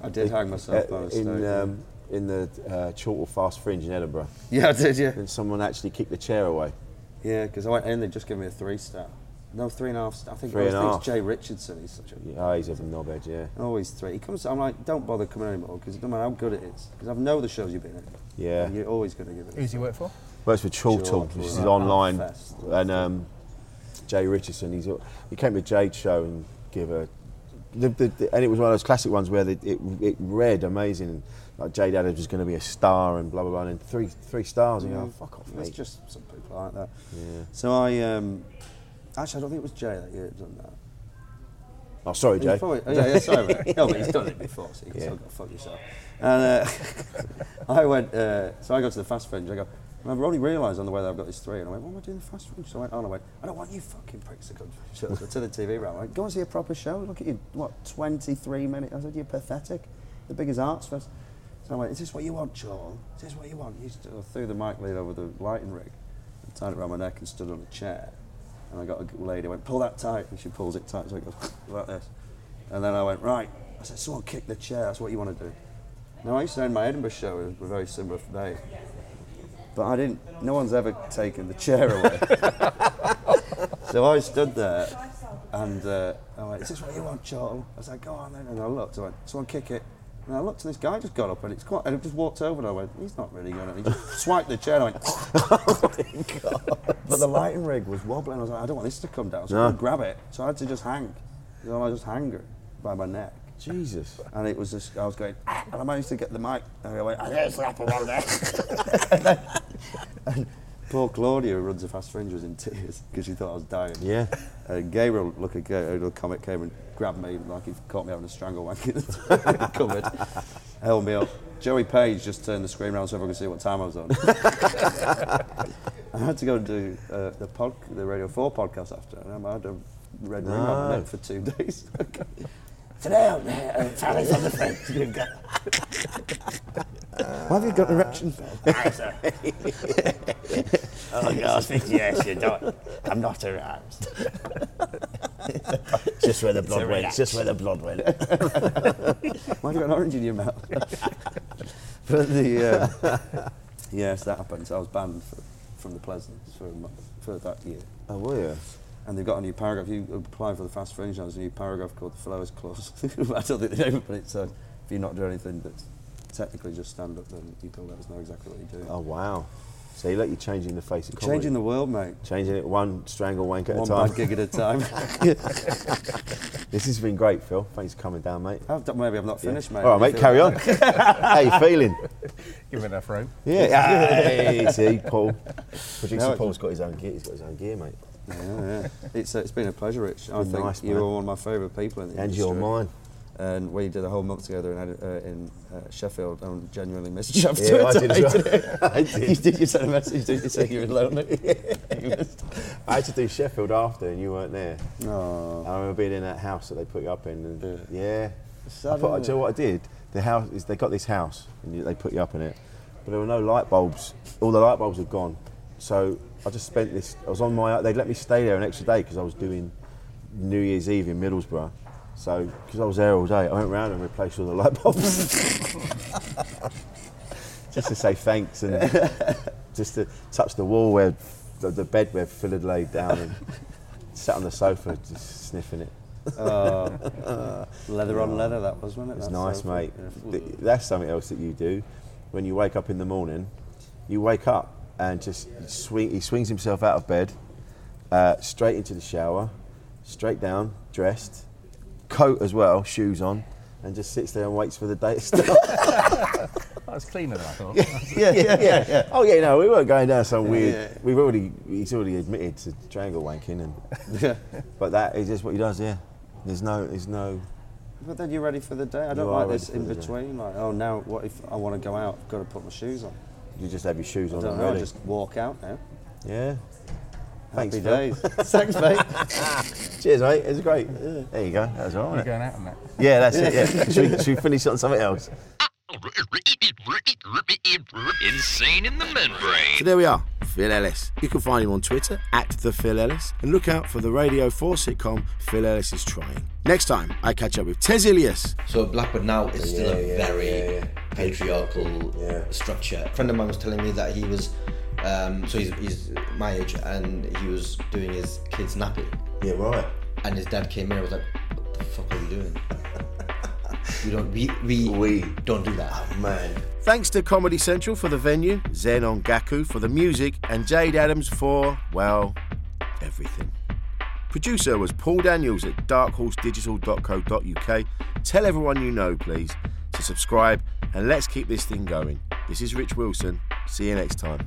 [SPEAKER 3] I did hang myself by mistake,
[SPEAKER 1] in
[SPEAKER 3] yeah.
[SPEAKER 1] um, in the uh, Chortle Fast Fringe in Edinburgh.
[SPEAKER 3] Yeah, I did, yeah.
[SPEAKER 1] And someone actually kicked the chair away.
[SPEAKER 3] Yeah, because I went in, they just gave me a three star. No, three and a half. Star. I think
[SPEAKER 1] Three
[SPEAKER 3] I always
[SPEAKER 1] and a
[SPEAKER 3] think it's Jay Richardson. He's such a
[SPEAKER 1] Oh, he's a knobhead, yeah.
[SPEAKER 3] always three. He comes. I'm like, don't bother coming anymore because it doesn't matter how good it is. Because I know the shows you've been in.
[SPEAKER 1] Yeah.
[SPEAKER 3] And you're always going to give it. a
[SPEAKER 5] Who's he
[SPEAKER 3] three.
[SPEAKER 5] work for?
[SPEAKER 1] Works for Chortle,
[SPEAKER 3] Chortle,
[SPEAKER 1] which is
[SPEAKER 3] right.
[SPEAKER 1] online.
[SPEAKER 3] Oh, fest.
[SPEAKER 1] And um, Jay Richardson, he's, he came to Jade's show and gave a. The, the, the- and it was one of those classic ones where the, it, it read amazing. Like Jade Adams was going to be a star and blah, blah, blah. And three three stars. And you go,
[SPEAKER 3] Mm.
[SPEAKER 1] fuck off,
[SPEAKER 3] It's
[SPEAKER 1] mate.
[SPEAKER 3] just some people like that.
[SPEAKER 1] Yeah.
[SPEAKER 3] So I um, actually, I don't think it was Jay that year that done that.
[SPEAKER 1] Oh, sorry,
[SPEAKER 3] He's
[SPEAKER 1] Jay.
[SPEAKER 3] probably- oh, yeah, yeah, sorry, mate. No, but he's done it before, so you can
[SPEAKER 1] Yeah.
[SPEAKER 3] still go fuck yourself. And uh, I went, uh, so I go to the fast fringe. I go, and I've only realised on the way that I've got this three. And I went, what am I doing the fast fringe? So I went, on. I went, I don't want you fucking pricks to come to the show. So to the TV round. I went, go and see a proper show. Look at you, what, 23 minutes? I said, you're pathetic. The biggest arts fest. So I went, is this what you want, Joel? Is this what you want? He st- I threw the mic lead over the lighting rig and tied it around my neck and stood on a chair. And I got a g- lady, I went, pull that tight. And she pulls it tight. So it goes like this. And then I went, right. I said, someone kick the chair. That's what you want to do. Now, I used to end my Edinburgh show with a very similar name. But I didn't, no one's ever taken the chair away. so I stood there and uh, I went, is this what you want, Charles? I was like, go on then. And I looked, I went, someone kick it. And I looked and this guy just got up and it's quite, and it just walked over and I went, he's not really going to. He just swiped the chair and I went, "Oh But the lighting rig was wobbling. I was like, I don't want this to come down. So
[SPEAKER 1] No.
[SPEAKER 3] I couldn't grab it. So I had to just hang. So I just hang her by my neck.
[SPEAKER 1] Jesus.
[SPEAKER 3] And it was just, I was going, "Ah," and I managed to get the mic. And I went, I didn't slap around there. And poor Claudia, who runs the Fast Fringe, was in tears because she thought I was dying.
[SPEAKER 1] Yeah.
[SPEAKER 3] And Gabriel, look at Gabriel, the comic came and grabbed me like he caught me having a strangle wank in the cupboard. Held me up. Joey Page just turned the screen around so everyone could see what time I was on. I had to go and do uh, the pod, the Radio 4 podcast after, and I had a red ring on my
[SPEAKER 1] No.
[SPEAKER 3] neck for two days. Today I'm here, uh, Sally's on the fence. You've got- Why have you got an erection?
[SPEAKER 10] Oh gosh, yes, you don't. I'm not aroused.
[SPEAKER 1] Just where
[SPEAKER 10] It's
[SPEAKER 1] the
[SPEAKER 10] a blood went, relax. just where the
[SPEAKER 1] blood went.
[SPEAKER 3] Why have you got an orange in your mouth? but the uh, yes, that happened. So I was banned for, from the Pleasance for a month, for that year.
[SPEAKER 1] Oh, were you?
[SPEAKER 3] And they've got a new paragraph. You apply for the Fast Fringe, now, there's a new paragraph called the Flowers Clause. I don't think they know, but it's uh, if you not do anything that's technically just stand up, then you don't let us know exactly what you're doing.
[SPEAKER 1] Oh, wow. So you let you changing the face of comedy.
[SPEAKER 3] Changing the world, mate.
[SPEAKER 1] Changing it one strangle wank at
[SPEAKER 3] One
[SPEAKER 1] a time.
[SPEAKER 3] bad gig at a time.
[SPEAKER 1] This has been great, Phil. Thanks for coming down, mate.
[SPEAKER 3] I've done, maybe I've not finished, mate.
[SPEAKER 1] All right, mate, carry on. How you feeling?
[SPEAKER 5] Give it enough room.
[SPEAKER 1] Yeah. Hey, see, Paul. Producer
[SPEAKER 3] No, it's-
[SPEAKER 1] Paul's got his own gear. He's got his own gear, mate.
[SPEAKER 3] Yeah, yeah. It's, uh, it's been a pleasure, Rich. I
[SPEAKER 1] Been
[SPEAKER 3] think
[SPEAKER 1] nice,
[SPEAKER 3] you
[SPEAKER 1] man.
[SPEAKER 3] were one of my favourite people in the
[SPEAKER 1] And
[SPEAKER 3] industry.
[SPEAKER 1] you're mine.
[SPEAKER 3] And we did a whole month together in, Edi- uh, in uh, Sheffield and genuinely missed you after
[SPEAKER 1] Yeah, I did as well. I
[SPEAKER 3] You,
[SPEAKER 1] did.
[SPEAKER 3] did, you sent a message, didn't you? Saying you were lonely.
[SPEAKER 1] I had to do Sheffield after, and you weren't there.
[SPEAKER 3] No.
[SPEAKER 1] I remember being in that house that they put you up in, and yeah, I
[SPEAKER 3] Sad,
[SPEAKER 1] put,
[SPEAKER 3] isn't
[SPEAKER 1] do you know
[SPEAKER 3] it?
[SPEAKER 1] what I did? The house is they got this house, and you, they put you up in it, but there were no light bulbs. All the light bulbs had gone. So I just spent this. I was on my. They would let me stay there an extra day because I was doing New Year's Eve in Middlesbrough. So because I was there all day, I went round and replaced all the light bulbs. just to say thanks and just to touch the wall where the, the bed where Phil had laid down and sat on the sofa just sniffing it.
[SPEAKER 3] Oh, leather on leather that was, wasn't it?
[SPEAKER 1] It's
[SPEAKER 3] That
[SPEAKER 1] nice,
[SPEAKER 3] sofa.
[SPEAKER 1] mate.
[SPEAKER 3] Yeah.
[SPEAKER 1] Th- That's something else that you do. When you wake up in the morning, you wake up and just swing. He swings himself out of bed, uh, straight into the shower, straight down, dressed, coat as well, shoes on, and just sits there and waits for the day to start.
[SPEAKER 11] That's cleaner than I thought.
[SPEAKER 1] yeah, yeah, yeah, yeah. Oh yeah, no, we weren't going down some
[SPEAKER 11] Yeah,
[SPEAKER 1] weird.
[SPEAKER 11] yeah.
[SPEAKER 1] We've already he's already admitted to triangle wanking and. but that is just what he does. Yeah, there's no, there's no.
[SPEAKER 3] But then you're ready for the day. I don't
[SPEAKER 1] You are
[SPEAKER 3] like this
[SPEAKER 1] ready
[SPEAKER 3] in
[SPEAKER 1] for the day.
[SPEAKER 3] between. Like, oh, now what if I want to go out? I've got to put my shoes on.
[SPEAKER 1] You just have your shoes
[SPEAKER 3] I
[SPEAKER 1] on
[SPEAKER 3] don't
[SPEAKER 1] and
[SPEAKER 3] know. I
[SPEAKER 1] ready.
[SPEAKER 3] just walk out now.
[SPEAKER 1] Yeah. Thanks,
[SPEAKER 3] Happy
[SPEAKER 1] Phil.
[SPEAKER 3] days. Thanks,
[SPEAKER 1] mate. Cheers, mate. It was great. There you go. That was all right.
[SPEAKER 11] You're going out on that.
[SPEAKER 1] Yeah, that's it. Yeah. should, we, should we finish on something else?
[SPEAKER 12] Insane in the membrane.
[SPEAKER 13] So there we are, Phil Ellis. You can find him on Twitter at the Phil Ellis, and look out for the Radio 4 sitcom Phil Ellis is Trying. Next time, I catch up with Tez Ilias.
[SPEAKER 2] So Blackburn now is still a
[SPEAKER 13] Yeah, yeah,
[SPEAKER 2] very patriarchal structure. A friend of mine was telling me that he was, um, so he's, he's my age, and he was doing his kid's nappy.
[SPEAKER 1] Yeah, right.
[SPEAKER 2] And his dad came in and was like, "What the fuck are you doing? we don't, we, we, we don't do that,
[SPEAKER 13] Oh,
[SPEAKER 2] man."
[SPEAKER 13] Thanks to Comedy Central for the venue, Zen on Gaku for the music, and Jade Adams for, well, everything. Producer was Paul Daniels at darkhorsedigital.co.uk. Tell everyone you know, please, to subscribe and let's keep this thing going. This is Rich Wilson. See you next time.